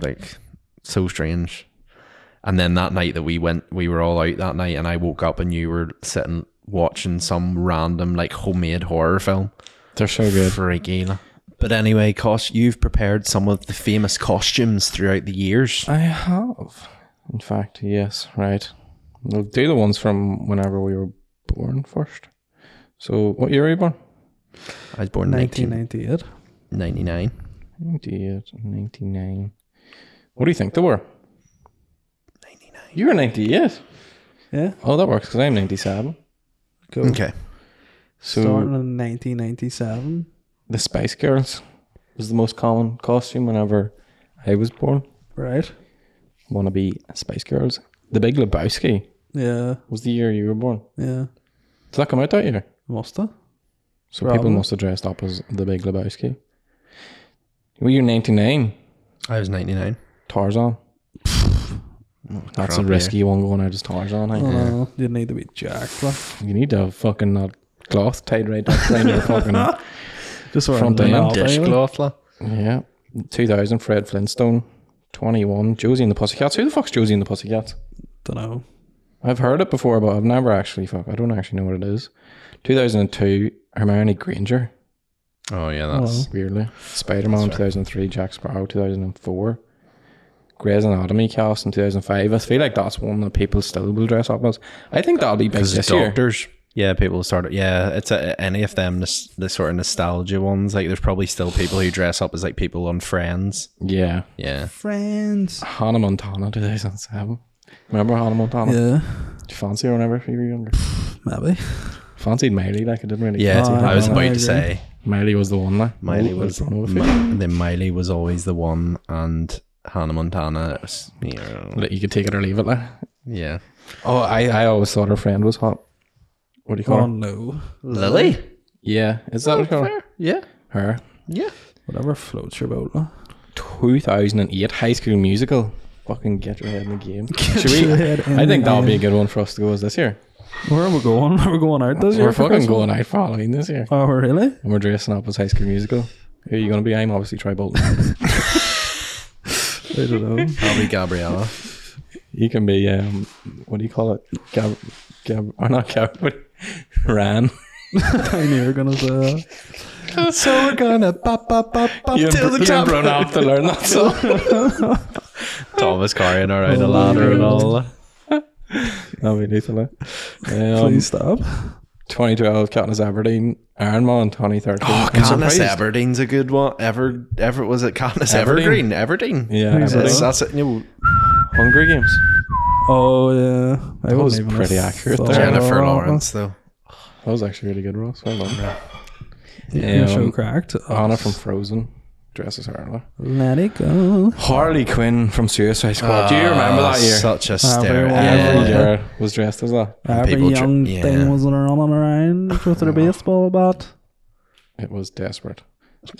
S3: like so strange. And then that night that we went, we were all out that night, and I woke up and you were sitting watching some random like homemade horror film.
S1: They're so good.
S3: Freaky. like. But anyway, Kosh, you've prepared some of the famous costumes throughout the years.
S1: I have. In fact, yes, right. We'll do the ones from whenever we were born first. So, what year were you born?
S3: I was born
S2: 1998.
S3: 1999.
S1: 98, 99. What do you think they were? 99. You were 98.
S2: Yeah.
S1: Oh, that works because I'm 97.
S2: Cool.
S3: Okay.
S1: So
S2: Starting in 1997.
S1: the Spice Girls was the most common costume whenever I was born.
S2: Right.
S1: Wanna be Spice Girls. The Big Lebowski
S2: Yeah.
S1: was the year you were born.
S2: Yeah.
S1: Did that come out that year?
S2: Musta.
S1: So people
S2: Probably.
S1: must have dressed up as the Big Lebowski. Were you 99?
S3: I was 99. [sighs]
S1: Tarzan. That's
S3: crap,
S1: a
S3: yeah.
S1: risky one going out as Tarzan. I
S2: Oh,
S1: think.
S2: no, you need to be jacked. Like.
S1: You need to have fucking that cloth tied right up around
S2: [laughs]
S1: your fucking
S3: [laughs]
S2: Just wearing
S1: Front
S2: the
S1: end
S2: knob, anyway.
S3: like.
S1: yeah. Two thousand, Fred Flintstone, twenty one, Josie and the Pussycats. Who the fuck's Josie and the Pussycats?
S2: Dunno.
S1: I've heard it before, but I've never actually fuck. I don't actually know what it is. Two thousand and two, Hermione Granger.
S3: Oh, yeah, that's.
S1: Weirdly, Spider Man two thousand three, Jack Sparrow two thousand and four, Grey's Anatomy cast in two thousand five. I feel like that's one that people still will dress up as. I think that'll be big
S3: Because
S1: this
S3: it's
S1: year.
S3: doctors. Yeah, people started. Yeah, it's uh any of them, this, the sort of nostalgia ones. Like, there's probably still people who dress up as like people on Friends.
S1: Yeah,
S3: Yeah.
S2: Friends.
S1: Hannah Montana two thousand seven. Remember Hannah Montana?
S2: Yeah.
S1: Do you fancy her whenever you were younger?
S2: Maybe.
S1: Fancied Miley, like Oh, I didn't really.
S3: Yeah,
S1: fancy her.
S3: I was
S2: I
S3: about
S2: agree.
S3: to say
S1: Miley was the one. Like
S3: Miley
S1: Oh,
S3: was
S1: I don't know if it-
S3: Mi- then Miley was always the one, and Hannah Montana. Was, you know,
S1: Like, you could take it or leave it. Like.
S3: yeah,
S1: Oh, I, I always thought her friend was hot. What do you call
S2: Oh
S1: her?
S2: no.
S3: Lily.
S1: Yeah, is that what you call her?
S3: Yeah,
S1: Her.
S3: yeah.
S2: Whatever floats your boat. Like.
S1: Two thousand and eight High School Musical. Fucking get your head in the game. Should
S2: your
S1: we?
S2: head in
S1: I think
S2: the
S1: that'll be a good one for us to go as this year.
S2: Where are we going? [laughs] Where are we going out this year?
S1: We're
S2: for
S1: fucking
S2: Christmas?
S1: going out for Halloween this year,
S2: Oh really?
S1: and we're dressing up as High School Musical. Who are you gonna be? I'm obviously
S3: [laughs]
S1: Troy Bolton.
S2: I don't know. [laughs]
S3: Probably Gabriella.
S1: you can be um, what do you call it? Gab, Gab, or not Gab, [laughs] but Ran.
S2: I knew you were gonna say
S3: [laughs]
S2: that.
S3: so we're gonna bop bop bop bop
S1: You've
S3: till the
S1: you've
S3: top.
S1: run off to learn
S3: [laughs]
S1: that song.
S3: Thomas carrying around a ladder and all.
S1: That'll be lethal. eh?
S3: [laughs]
S1: Um,
S2: Please stop.
S1: 2012, Katniss Everdeen, Iron Man 2013.
S3: Oh,
S1: I'm
S3: Katniss
S1: surprised.
S3: Everdeen's a good one. Ever, ever was it Katniss
S1: Everdeen?
S3: Evergreen? Everdeen.
S1: Yeah,
S2: Who's
S3: That's,
S2: that?
S1: Everdeen.
S3: that's it. You know,
S1: Hunger Games.
S2: Oh yeah. I wouldn't
S1: was
S2: even
S1: pretty
S2: have
S1: accurate
S2: thought
S1: there.
S3: Jennifer
S2: of that.
S3: Lawrence, though.
S1: That was actually really good, Ross. Well done.
S2: Your show
S1: Um,
S2: cracked. Oh,
S1: Anna from Frozen dresses Harley.
S2: Let it go.
S1: Harley Quinn from Suicide Squad. Do you remember that year?
S3: Ah, Such a
S2: very
S3: stare.
S2: well.
S1: Ah, Every
S2: Yeah.
S1: year was dressed as that.
S2: Every
S3: people tr-
S2: young
S3: yeah.
S2: thing was running around with their baseball bat.
S1: It was desperate.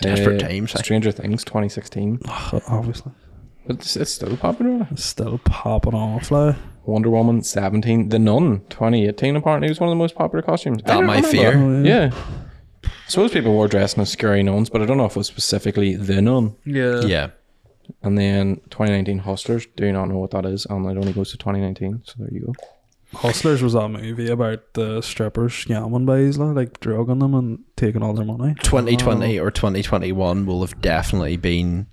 S3: Desperate
S1: Uh,
S3: times. eh?
S1: Stranger Things 2016.
S2: Obviously.
S1: It's, it's still popular.
S2: It's still popping off, like.
S1: Wonder Woman 17, The Nun 2018 apparently was one of the most popular costumes. I
S3: That
S1: don't
S3: my
S1: remember.
S3: fear.
S1: Yeah. I suppose people were dressing as scary nuns, but I don't know if it was specifically The Nun.
S3: Yeah.
S1: And then 2019 Hustlers, do not know what that is, and it only goes to 2019, so there you go.
S2: Hustlers was that movie about the strippers scamming boys, like, like drugging them and taking all their money.
S3: 2020 or 2021 will have definitely been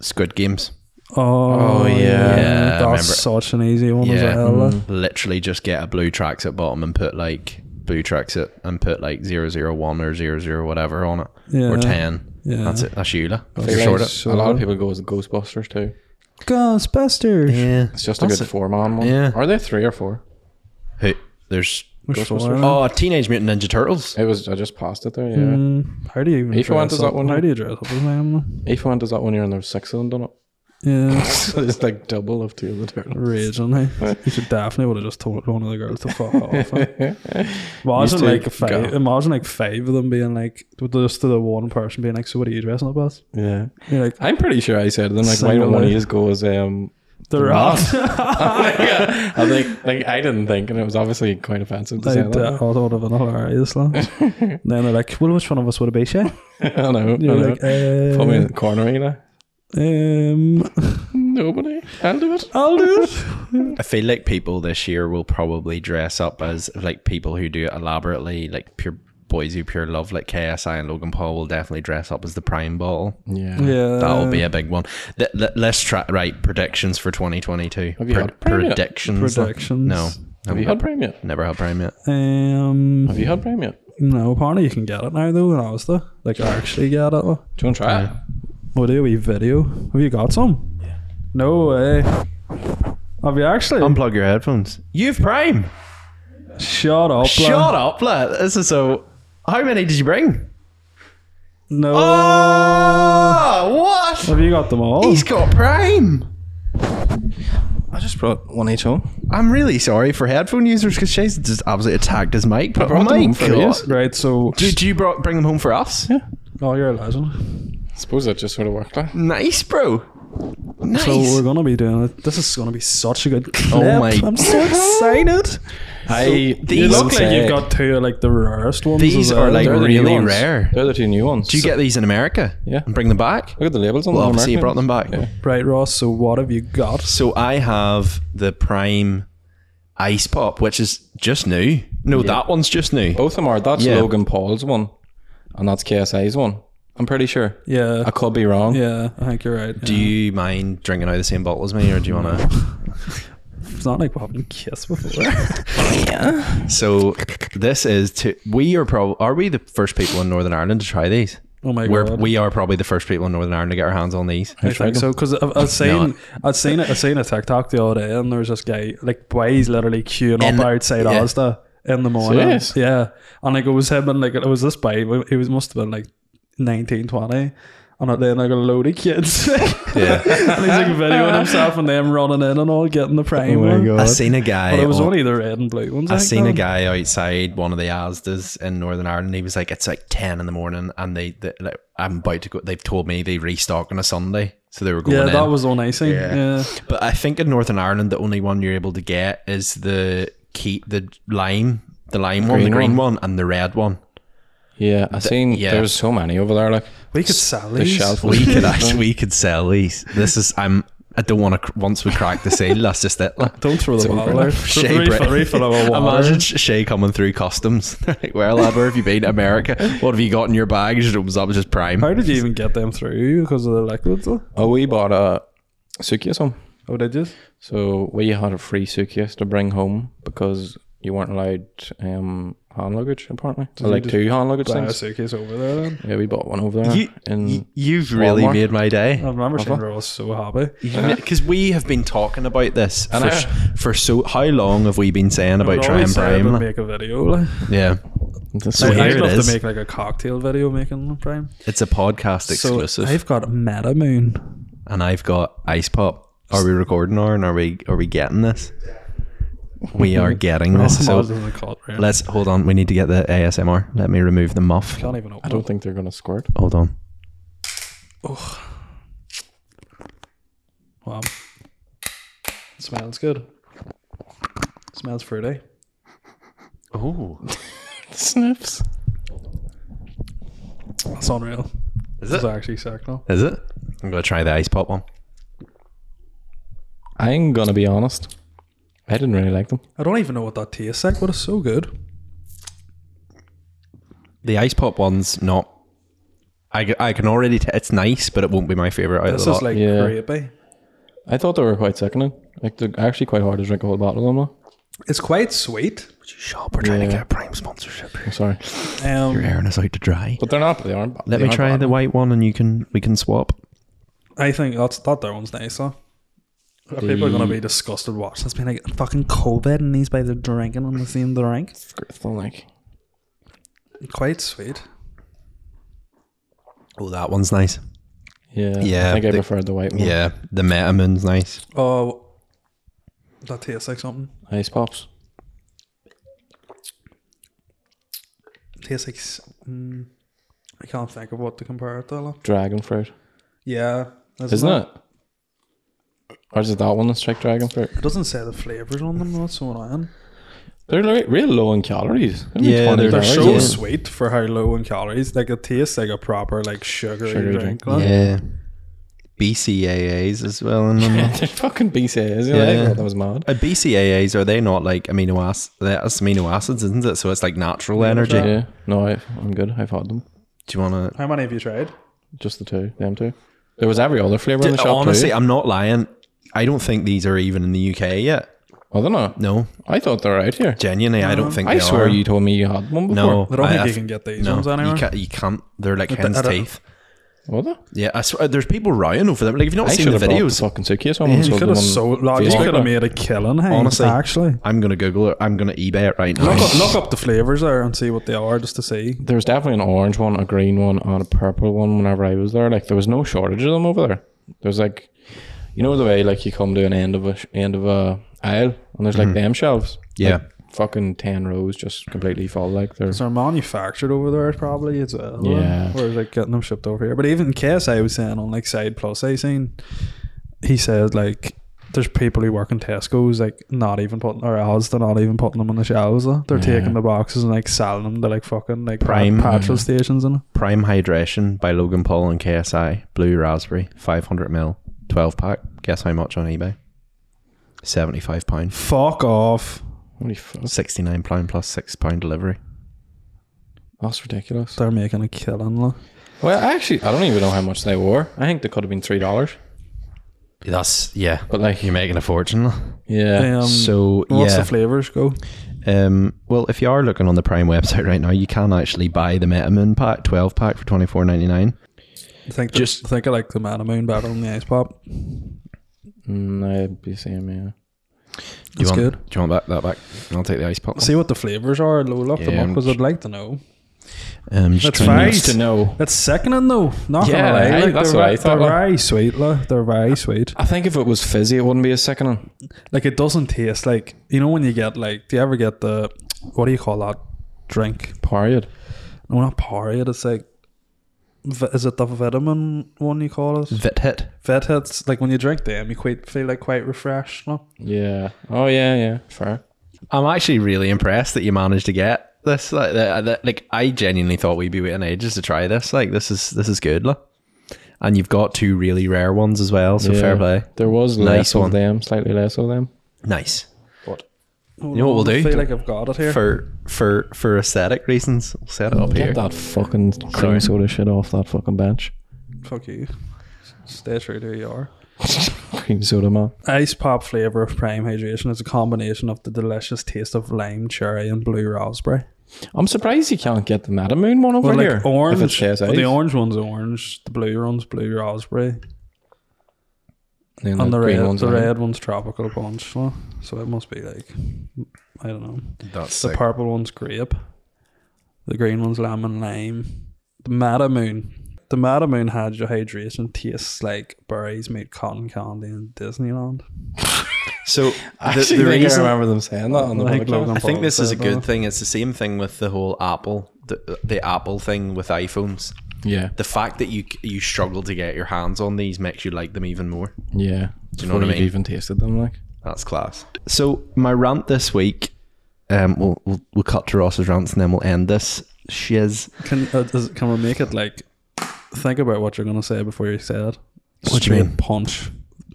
S3: Squid Games.
S2: Oh,
S1: yeah.
S3: Yeah, I remember it.
S2: that's such an easy one as
S3: Yeah.
S2: well. like.
S3: Literally just get a blue tracksuit bottom and put like blue tracksuit and put like 001 or 00 whatever on it
S2: Yeah.
S3: or 10.
S2: Yeah.
S3: Mm-hmm. That's it. That's Eula.
S1: I
S3: For
S1: feel
S3: short.
S1: like
S2: Sure.
S1: A lot of people go as Ghostbusters too.
S2: Ghostbusters.
S3: Yeah.
S1: It's just a
S3: That's
S1: good
S3: it.
S1: four man one.
S3: Yeah.
S1: Are they three or four?
S3: Who, there's.
S2: Which
S1: Ghostbusters.
S2: one?
S3: Oh, Teenage Mutant Ninja Turtles.
S1: It was I just passed it there, yeah.
S2: Mm, how do you even
S1: If you want
S2: dress
S1: to
S2: up?
S1: that one-
S2: How do you dress up as them?
S1: If one does that one year and there's six of them done it.
S2: Yeah,
S1: [laughs] so it's like double of two of the turtles.
S2: raging. eh? You should definitely would have just told one of the girls to fuck off.
S1: [laughs]
S2: eh?
S1: Used
S2: Imagine
S1: to
S2: like five.
S1: go.
S2: Imagine like five of them being like just to the one person being like, "So what are you dressing up as?"
S1: Yeah.
S2: You're like,
S1: I'm pretty sure I said to them like why don't one of
S2: Singular.
S1: you go as um
S2: "The rat."
S1: [laughs] I think like I didn't think and it was obviously quite offensive to
S2: Like
S1: say
S2: that. I
S1: that.
S2: thought would have been hilarious. Like. then they're like, "Well, which one of us would it be?"
S1: [laughs]
S2: Shay?
S1: [laughs] I know. I
S2: You're
S1: know.
S2: like, uh,
S1: Put me in the corner, you know.
S2: um,
S1: Nobody. I'll do it.
S2: I'll do
S1: [laughs]
S2: it.
S3: I feel like people this year will probably dress up as like people who do it elaborately, like pure boys who pure love, like KSI and Logan Paul will definitely dress up as the Prime Ball.
S1: Yeah.
S2: Yeah,
S3: That'll be
S1: Uh.
S3: a big one. Th- th- let's try right predictions for 2022.
S1: Have you had Prime yet?
S3: predictions?
S2: Predictions.
S3: No,
S1: Have you had Prime yet?
S3: never had Prime yet.
S2: Um,
S1: Have you had Prime yet?
S2: no, apparently you can get it now though in Asda. Like actually get it. Like.
S1: Do you want to try it?
S2: We'll do a wee video. Have you got some? Yeah. No way. Have you
S3: [laughs]
S2: actually?
S3: Unplug your headphones. You've Prime.
S2: Shut up.
S3: Shut up, lad. This is so. How many did you bring?
S2: No.
S3: Oh, what?
S2: Have you got them all?
S3: He's got Prime.
S1: I just brought one each home.
S3: I'm really sorry for headphone users because Shay's just absolutely attacked his mic. But
S1: brought them
S3: my
S1: home for
S3: God.
S1: yous.
S2: Right, so.
S3: Did you brought, bring them home for us?
S2: Oh, you're a legend.
S1: I suppose that just sort of worked eh? out.
S3: Nice, bro. Nice.
S2: So we're going to be doing it. This is going to be such a good clip.
S3: Oh my-
S2: I'm so excited.
S1: I
S3: these- You look
S2: Looks like you've got two of like the rarest ones.
S3: These
S2: as
S3: are
S2: well.
S3: like
S1: They're the new
S3: really
S1: ones.
S3: rare.
S1: They're the two new ones.
S3: Do you get these in America?
S1: Yeah.
S3: And bring them back?
S1: Look at the labels on
S3: Well,
S1: them.
S3: obviously you brought them back.
S2: Right, Ross, so what have you got?
S3: So I have the Prime Ice Pop, which is just new. No, that one's just new.
S1: Both of them are. That's
S3: Yeah.
S1: Logan Paul's one, and that's KSI's one. I'm pretty sure.
S2: Yeah.
S1: I could be wrong.
S2: Yeah, I think you're right.
S3: Do you mind drinking out of the same bottle as me, or do you want
S1: [laughs]
S3: to?
S2: It's not like we haven't kissed before. [laughs]
S3: So this is to we are probably are we the first people in Northern Ireland to try these?
S2: Oh my
S3: We're,
S2: God.
S3: we are probably the first people in Northern Ireland to get our hands on these.
S2: I think so because I've, I've seen I've seen it, I've seen a TikTok the other day and there's this guy like why he's literally queuing
S3: In-
S2: up outside
S3: yeah.
S2: Asda in the morning
S1: Serious?
S2: yeah and like it was him and like it was this guy he was must have been like 19 20 and then like a load of kids [laughs] and he's
S3: Yeah.
S2: like videoing himself and them running in and all getting the prime
S1: my
S2: one.
S1: God.
S3: I seen a guy.
S2: but it was
S3: on-
S2: only the red and blue ones
S3: I
S2: think,
S3: seen a
S2: then.
S3: guy outside one of the Asdas in Northern Ireland. He was like, "It's like ten in the morning, and they, they like, I'm about to go." They've told me they restock on a Sunday, so they were going.
S2: yeah
S3: in.
S2: that was on icing
S3: Yeah.
S2: yeah,
S3: But I think in Northern Ireland, the only one you're able to get is the key, the lime, the lime one, the
S1: Green
S3: green one. and the red one.
S1: Yeah, I seen.
S3: yeah.
S1: There's so many over there. Like
S2: we could sell
S1: the
S2: these
S1: shelf.
S3: We
S1: was-
S3: could actually, we could sell these. This is I'm. I don't want to. Once we crack the seal, that's just it. Like,
S2: don't throw the bottle out
S3: Shea Brit-
S2: refill, refill
S3: [laughs]
S2: our water
S3: Imagine Shay coming through customs. [laughs] They're like, well, lad, where have you been? [laughs] America. What have you got in your bag? Just opens up, it's just prime.
S2: How did you even get them through? Because of the liquids? though?
S1: Oh, we bought a suitcase home.
S2: Oh, did you?
S1: So we had a free suitcase to bring home because you weren't allowed um, hand luggage apparently. So like two hand luggage
S2: Buy a
S1: things.
S2: suitcase over there then.
S1: Yeah, we bought one over there.
S3: You-
S1: in
S3: Y- You've really
S1: Walmart.
S3: made my day.
S2: I remember seeing Ross so happy.
S3: Because we have been talking about this for,
S1: And I-
S3: s- for so how long have we been saying
S2: We'd
S3: about try
S2: always
S3: and
S2: say I
S3: prime?
S2: would
S3: like?
S2: make a video. Like.
S3: Yeah,
S1: This
S3: So
S1: is-
S2: I- I'd
S3: here it
S2: love
S3: is.
S2: to make like a cocktail video making prime.
S3: it's a podcast exclusive,
S2: So I've got Meta Moon.
S3: and I've got Ice Pop. Are we recording or are we are we getting this? We [laughs] are getting this. So
S2: Let's.
S3: let's hold on. We need to get the ASMR. Let me remove the muff.
S2: Can't even open.
S1: I don't think they're gonna squirt.
S3: Hold on.
S2: Mom. Smells good. Smells fruity.
S3: Oh,
S1: Sniffs.
S2: That's unreal.
S3: is
S2: This is
S3: it?
S2: actually sick now.
S3: Is it? I'm gonna try the ice pop one.
S1: I'm gonna be honest. I didn't really like them.
S2: I don't even know what that tastes like, but it's so good.
S3: The ice pop one's not. I, c- I can already. T- it's nice, but it won't be my favorite out
S2: This
S3: of the
S2: is
S3: lot.
S2: like
S1: Yeah.
S2: creepy.
S1: I thought they were quite sickening. Like they're actually quite hard to drink a whole bottle of them. though.
S2: It's quite sweet.
S3: Shop, we're trying
S1: Yeah.
S3: to get prime sponsorship.
S1: I'm sorry,
S2: Um,
S3: Airing us out to dry.
S1: but [laughs] they're not. They aren't.
S3: Let
S1: they
S3: me
S1: aren't
S3: try
S1: bad.
S3: the white one, and you can we can swap.
S2: I think that's that there one's nice though. People are gonna
S1: Mm.
S2: be disgusted watching this being like fucking COVID and these guys are drinking on the same drink.
S1: Crystal, like
S2: Quite sweet.
S3: Oh, that one's nice.
S1: yeah,
S3: Yeah,
S1: I think I
S3: the-
S1: preferred the white one.
S3: Yeah, the Metamoon's nice.
S2: Oh that tastes like something.
S1: ice pops.
S2: Tastes like s- mm, I can't think of what to compare it to. like.
S1: Dragon fruit,
S2: Yeah.
S1: isn't it? Or is it that one that's like dragon fruit?
S2: It doesn't say the flavours on them, that's what I am.
S1: They're like real low in calories. only
S3: Yeah,
S1: 20
S3: they're
S2: They're
S1: calories
S2: so
S1: in.
S2: sweet for how low in calories. Like it tastes like a proper like sugary,
S1: Sugary
S2: drink.
S1: drink.
S2: like.
S3: Yeah, BCAAs as well. In [laughs] them.
S1: [laughs] They're fucking BCAAs. You
S3: Yeah.
S1: know, I thought that was mad.
S3: Uh, BCAAs are they not like amino acids? That's amino acids, isn't it? So it's like natural energy.
S1: Yeah. No, I, I'm good. I've had them.
S3: Do you want to?
S2: How many have you tried?
S1: Just the two. Them two. There was every other flavour in the shop
S3: Honestly,
S1: too.
S3: I'm not lying. I don't think these are even in the UK yet.
S1: I don't know.
S3: No,
S1: I thought they were out here.
S3: genuinely, I don't think
S1: I
S3: they
S1: swear
S3: are.
S1: you told me you had one before.
S3: no,
S2: I don't think you
S3: I've-
S2: can get these
S3: no,
S2: ones anywhere.
S3: You can't, you can't. They're like
S2: But
S3: hen's
S2: I don't-
S3: teeth.
S1: Were they?
S3: Yeah, I swear, there's people rioting over them. Like, if you've not
S1: I
S3: seen
S1: should
S3: the
S1: have brought the
S3: videos,
S1: fucking suitcase home and
S2: You
S1: sold
S2: could
S1: them
S2: have
S1: on
S2: so large. You
S1: Facebook.
S2: could have made a killing. Hey,
S3: Honestly.
S2: actually,
S3: I'm gonna Google it. I'm gonna eBay it right now.
S2: look up, look up the flavors there and see what they are, just to see.
S1: There was definitely an orange one, a green one, and a purple one whenever I was there. Like there was no shortage of them over there. There was like you know the way like you come to an end of a sh- end of a aisle and there's like them shelves.
S3: Yeah.
S1: Like, fucking ten rows just completely full like they're
S2: So they're manufactured over there probably as well.
S1: Yeah.
S2: Or is it getting them shipped over here? But even KSI was saying on like Side Plus I seen he said like there's people who work in Tesco's like not even putting or else they're not even putting them on the shelves. though. They're taking the boxes and like selling them to like fucking like
S3: Prime.
S2: pat- petrol stations and
S3: Prime Hydration by Logan Paul and KSI. Blue Raspberry, 500 ml, 12 pack. Guess how much on eBay? 75 pound.
S2: fuck off.
S1: holy fuck.
S3: 69 pound plus 6 pound delivery.
S1: That's ridiculous.
S2: They're making a killing. Look.
S1: Well, I actually, I don't even know how much they were. I think they could have been three dollars.
S3: That's, yeah.
S1: But like,
S3: You're making a fortune.
S1: yeah,
S2: Um,
S3: so,
S2: What's
S3: yeah.
S2: the flavors go?
S3: Um, well, if you are looking on the Prime website right now, you can actually buy the Metamoon pack, 12 pack for 24.99.
S2: I think
S3: Just-
S2: just I think I like the Manamoon better than the ice pop.
S1: Mm, I'd be saying yeah.
S3: Do you
S2: That's
S3: want,
S2: good.
S3: Do you want that, that back? I'll take the ice pop. one.
S2: See what the flavors are. Low look them
S3: Yeah,
S2: up
S3: I'm
S2: because
S3: just-
S2: I'd like to know.
S3: Um, just
S2: That's
S3: trying to-
S2: fine.
S1: Nice to know.
S2: It's sickening though. Not
S1: Yeah,
S2: gonna lie.
S1: aye,
S2: like,
S1: that's
S2: they're,
S1: what I thought,
S2: They're
S1: like.
S2: very sweet, like. They're very sweet.
S1: I think if it was fizzy, it wouldn't be a second one.
S2: Like it doesn't taste like you know when you get like do you ever get the what do you call that drink?
S1: Period.
S2: No, not Powerade. It's like vi- is it the vitamin one you call it?
S3: Vit hit.
S2: Vet hits. Like when you drink them, you quite feel like quite refreshed. No?
S1: Yeah. Oh yeah, yeah. Fair.
S3: I'm actually really impressed that you managed to get this. Like, the, the, like I genuinely thought we'd be waiting ages to try this. Like, this is this is good, look. And you've got two really rare ones as well. So
S1: Yeah.
S3: fair play.
S1: There was
S3: Nice
S1: less
S3: one.
S1: of them, slightly less of them.
S3: Nice.
S2: You
S3: know what we'll do?
S2: I feel like I've got it here.
S3: For for for aesthetic reasons, we'll set it up here.
S1: Get that fucking cream soda shit off that fucking bench.
S2: Fuck you. Stay true to who you are.
S1: Cream soda, man.
S2: Ice pop flavor of prime hydration is a combination of the delicious taste of lime, cherry, and blue raspberry.
S1: I'm surprised you can't get the Matamoon one over
S2: Well,
S1: here.
S2: like orange,
S1: If it says
S2: well,
S1: ice.
S2: the orange one's orange, the blue one's blue raspberry,
S1: Then
S2: and the
S1: green
S2: red,
S1: one's
S2: the
S1: lime. [laughs]
S2: red one's tropical punch. So so it must be like, I don't know.
S3: That's
S2: The purple one's grape, the green one's lemon lime. The Matamoon, the Matamoon had your hydration tastes like berries made cotton candy in Disneyland.
S3: So
S1: I
S3: the,
S1: actually
S3: the
S1: think I
S3: reason
S1: remember them saying that on the
S2: I think
S1: podcast.
S2: Logan
S3: I think
S2: Paul
S3: this is a
S2: said
S3: good
S2: that.
S3: thing. It's the same thing with the whole Apple, the, the Apple thing with iPhones.
S1: Yeah.
S3: The fact that you you struggle to get your hands on these makes you like them even more.
S1: Yeah.
S3: Do you know what I
S1: Before you've
S3: mean?
S1: Even tasted them, like.
S3: That's class. So my rant this week, um, we'll we'll, we'll cut to Ross's rants and then we'll end this shiz.
S2: Can uh, does, can we make it like think about what you're gonna say before you say it?
S3: What do you
S2: Straight
S3: mean?
S2: Punch.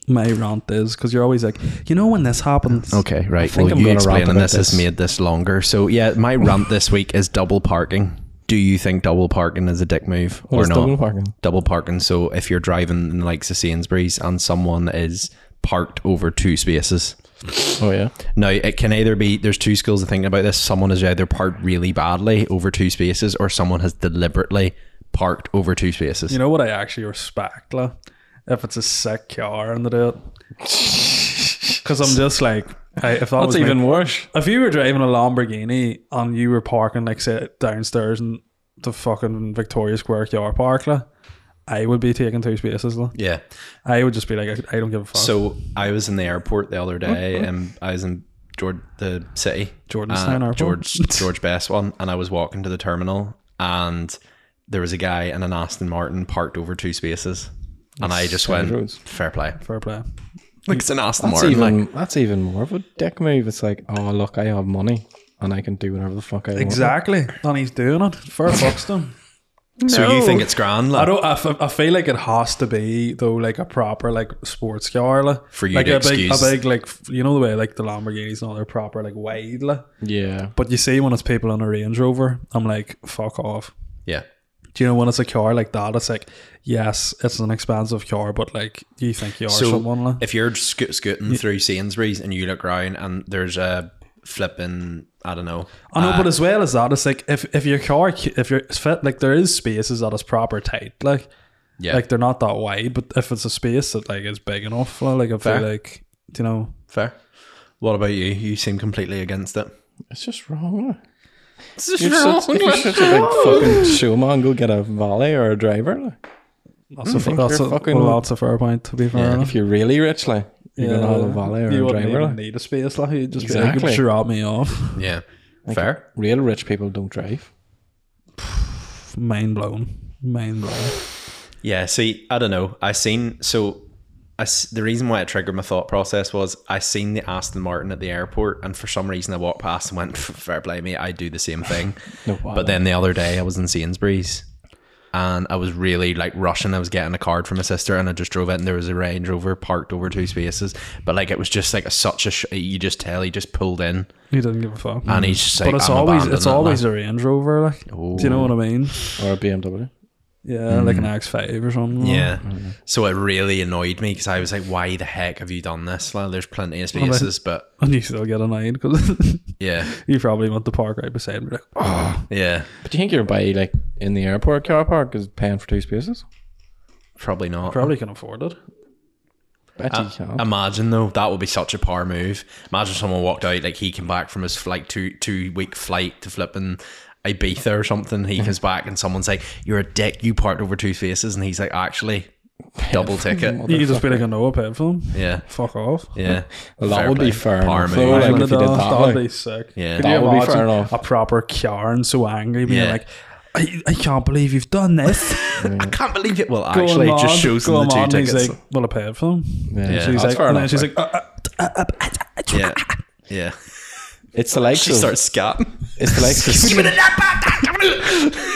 S2: My rant is because you're always like, you know, when this happens.
S3: Okay, right.
S1: think
S3: Well,
S1: I'm
S3: you
S1: gonna rant
S3: explain, and
S1: about
S3: this, has
S1: this.
S3: made this longer. So yeah,
S1: [laughs]
S3: my rant this week is double parking. Do you think double parking is a dick move
S1: What
S3: or
S1: is
S3: not?
S1: double parking?
S3: double parking. So if you're driving in the likes of Sainsbury's and someone is parked over two spaces.
S1: Oh yeah.
S3: Now it can either be there's two schools of thinking about this. Someone is either parked really badly over two spaces or someone has deliberately parked over two spaces.
S2: You know what I actually respect, like, if it's a sick car and
S3: [laughs]
S2: they do it. Because I'm just like, I, if that was
S1: That's
S2: me-
S1: even worse.
S2: if you were driving a Lamborghini and you were parking like say downstairs in the fucking Victoria Square car park, like, I would be taking two spaces. Like.
S3: yeah.
S2: I would just be like, I, I don't give a fuck.
S3: So I was in the airport the other day,
S2: Mm-hmm.
S3: and I was in George the city, Uh,
S2: Jordanstown Airport.
S3: George
S2: [laughs]
S3: George Best one, and I was walking to the terminal, and there was a guy in an Aston Martin parked over two spaces, and I just went,
S1: roads.
S3: fair play.
S2: fair play.
S3: Like it's an Aston
S1: That's
S3: Martin, like,
S1: even that's even more of a dick move. It's like, oh look, I have money and I can do whatever the fuck I want.
S2: Exactly. And he's doing it. Fair fucks to him.
S3: So you think it's grand? Like,
S2: I don't. I, f- I feel like it has to be though, like a proper like sports car, like,
S3: For you
S2: like
S3: to
S2: a big,
S3: excuse-
S2: a big like f- you know the way like the Lamborghinis and all they're proper like wide. Like.
S1: Yeah.
S2: But you see when it's people on a Range Rover, I'm like, fuck off.
S3: yeah.
S2: Do you know when it's a car like that? It's like, yes, it's an expensive car, but like, do you think you are someone? Like?
S3: if you're scoot- scooting through Sainsbury's and you look around and there's a flipping, I don't know, uh,
S2: I know, but as well as that, it's like if if your car c- if you're it's fit, like there is spaces that is proper tight, like
S3: yeah,
S2: like they're not that wide, but if it's a space that like is big enough, well, like I feel
S3: Fair.
S2: like you know,
S3: fair. What about you? You seem completely against it.
S1: It's just wrong. It's just wrong. Such, if you're such a big fucking showman, go get a valet or a driver. like.
S2: that's a fa-
S1: Hmm, think
S2: that's a
S1: you're fucking-
S2: well, that's a fair point to be fair enough.
S1: If you're really rich, like you're gonna have a
S2: Yeah.
S1: valet or
S2: you
S1: a
S2: wouldn't
S1: driver.
S2: even
S1: like.
S2: need a space like you just be
S1: Exactly.
S2: like, drop me off.
S3: [laughs] Yeah, fair.
S1: Real rich people don't drive.
S2: Mind blown, mind blown.
S3: Yeah, see, I don't know. I seen so I s the reason why it triggered my thought process was I seen the Aston Martin at the airport, and for some reason I walked past and went, [laughs] "Fair play, me, I do the same
S2: [laughs]
S3: thing."
S1: No, wow.
S3: but then the other day I was in Sainsbury's, and I was really like rushing. I was getting a card from my sister, and I just drove it, and there was a Range Rover parked over two spaces. But like it was just like a, such a sh- you just tell he just pulled in,
S2: He doesn't give a fuck.
S3: and he's just like,
S2: but it's
S3: "I'm
S2: always
S3: abandoning
S2: it's
S3: it,"
S2: always
S3: like.
S2: a Range Rover, like do you know what I mean?
S1: Or a BMW.
S2: Yeah, like
S1: Hmm.
S2: an X5 or something.
S3: Yeah.
S1: Oh,
S3: So it really annoyed me because I was like, why the heck have you done this? Like, there's plenty of
S2: but-
S3: spaces, but
S2: [laughs] and you still get annoyed because
S3: yeah.
S2: [laughs] you probably want the park right beside me. Like, oh,
S3: Yeah.
S1: But do you think you're by like in the airport car park is paying for two spaces?
S3: Probably not.
S2: probably can afford it.
S1: Bet
S2: Uh,
S1: you can't.
S3: Imagine though, that would be such a power move. Imagine someone walked out like he came back from his flight two two week flight to flipping Ibiza or something. He comes back and someone's like, "You're a dick. You parked over two spaces," and he's like,
S1: [laughs]
S3: "Actually, double ticket."
S2: You could just be like, I know I paid for them.
S3: Yeah,
S2: Fuck off.
S3: yeah.
S1: [laughs] Well, that would be fair
S3: Power
S1: enough,
S3: move.
S1: though, like-
S2: Island
S1: if you
S2: of
S1: did
S2: Dogs,
S1: that,
S2: that'd
S1: like-
S2: be sick.
S3: Yeah.
S2: Could
S1: That
S2: you
S1: would be fair
S2: imagine
S1: enough.
S2: A proper Karen so angry, being
S3: Yeah.
S2: like, I, I can't believe you've
S3: [laughs]
S2: done this.
S3: I can't believe it. Well,
S2: Going
S3: actually, it just
S2: mad,
S3: shows them
S2: going
S3: the two
S2: mad, and
S3: tickets.
S2: He's like, well, I paid for them.
S1: yeah,
S3: Yeah.
S2: She's
S1: that's
S2: like,
S1: fair
S2: and then
S1: enough,
S2: she's
S1: like.
S2: like, uh, uh,
S3: yeah, yeah.
S1: it's the likes
S3: She
S1: of
S3: starts scatting.
S1: it's the likes
S2: [laughs]
S1: of [laughs]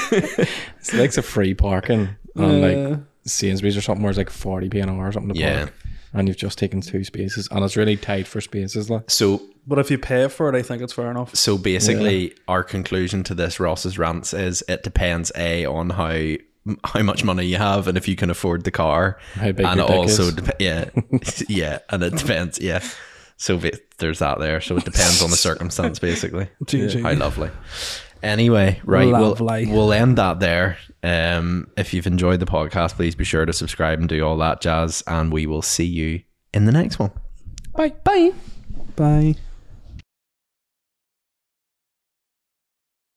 S1: it's the likes of free parking on like Sainsbury's or something where it's like forty p an hour or something to
S3: Yeah.
S1: park, and you've just taken two spaces, and it's really tight for spaces. Like
S3: So
S2: but if you pay for it, I think it's fair enough.
S3: So basically, our conclusion to this Ross's rants is it depends a on how how much money you have and if you can afford the car,
S1: How big
S3: and
S1: your
S3: it
S1: dick
S3: also
S1: is.
S3: dep- yeah yeah, [laughs] and it depends yeah. So ba- there's that there. So it depends on the circumstance,
S1: [laughs]
S3: basically.
S2: GG.
S3: How lovely. Anyway, right,
S2: Lovely.
S3: we'll, we'll end that there. Um, if you've enjoyed the podcast, please be sure to subscribe and do all that jazz, and we will see you in the next one.
S2: Bye.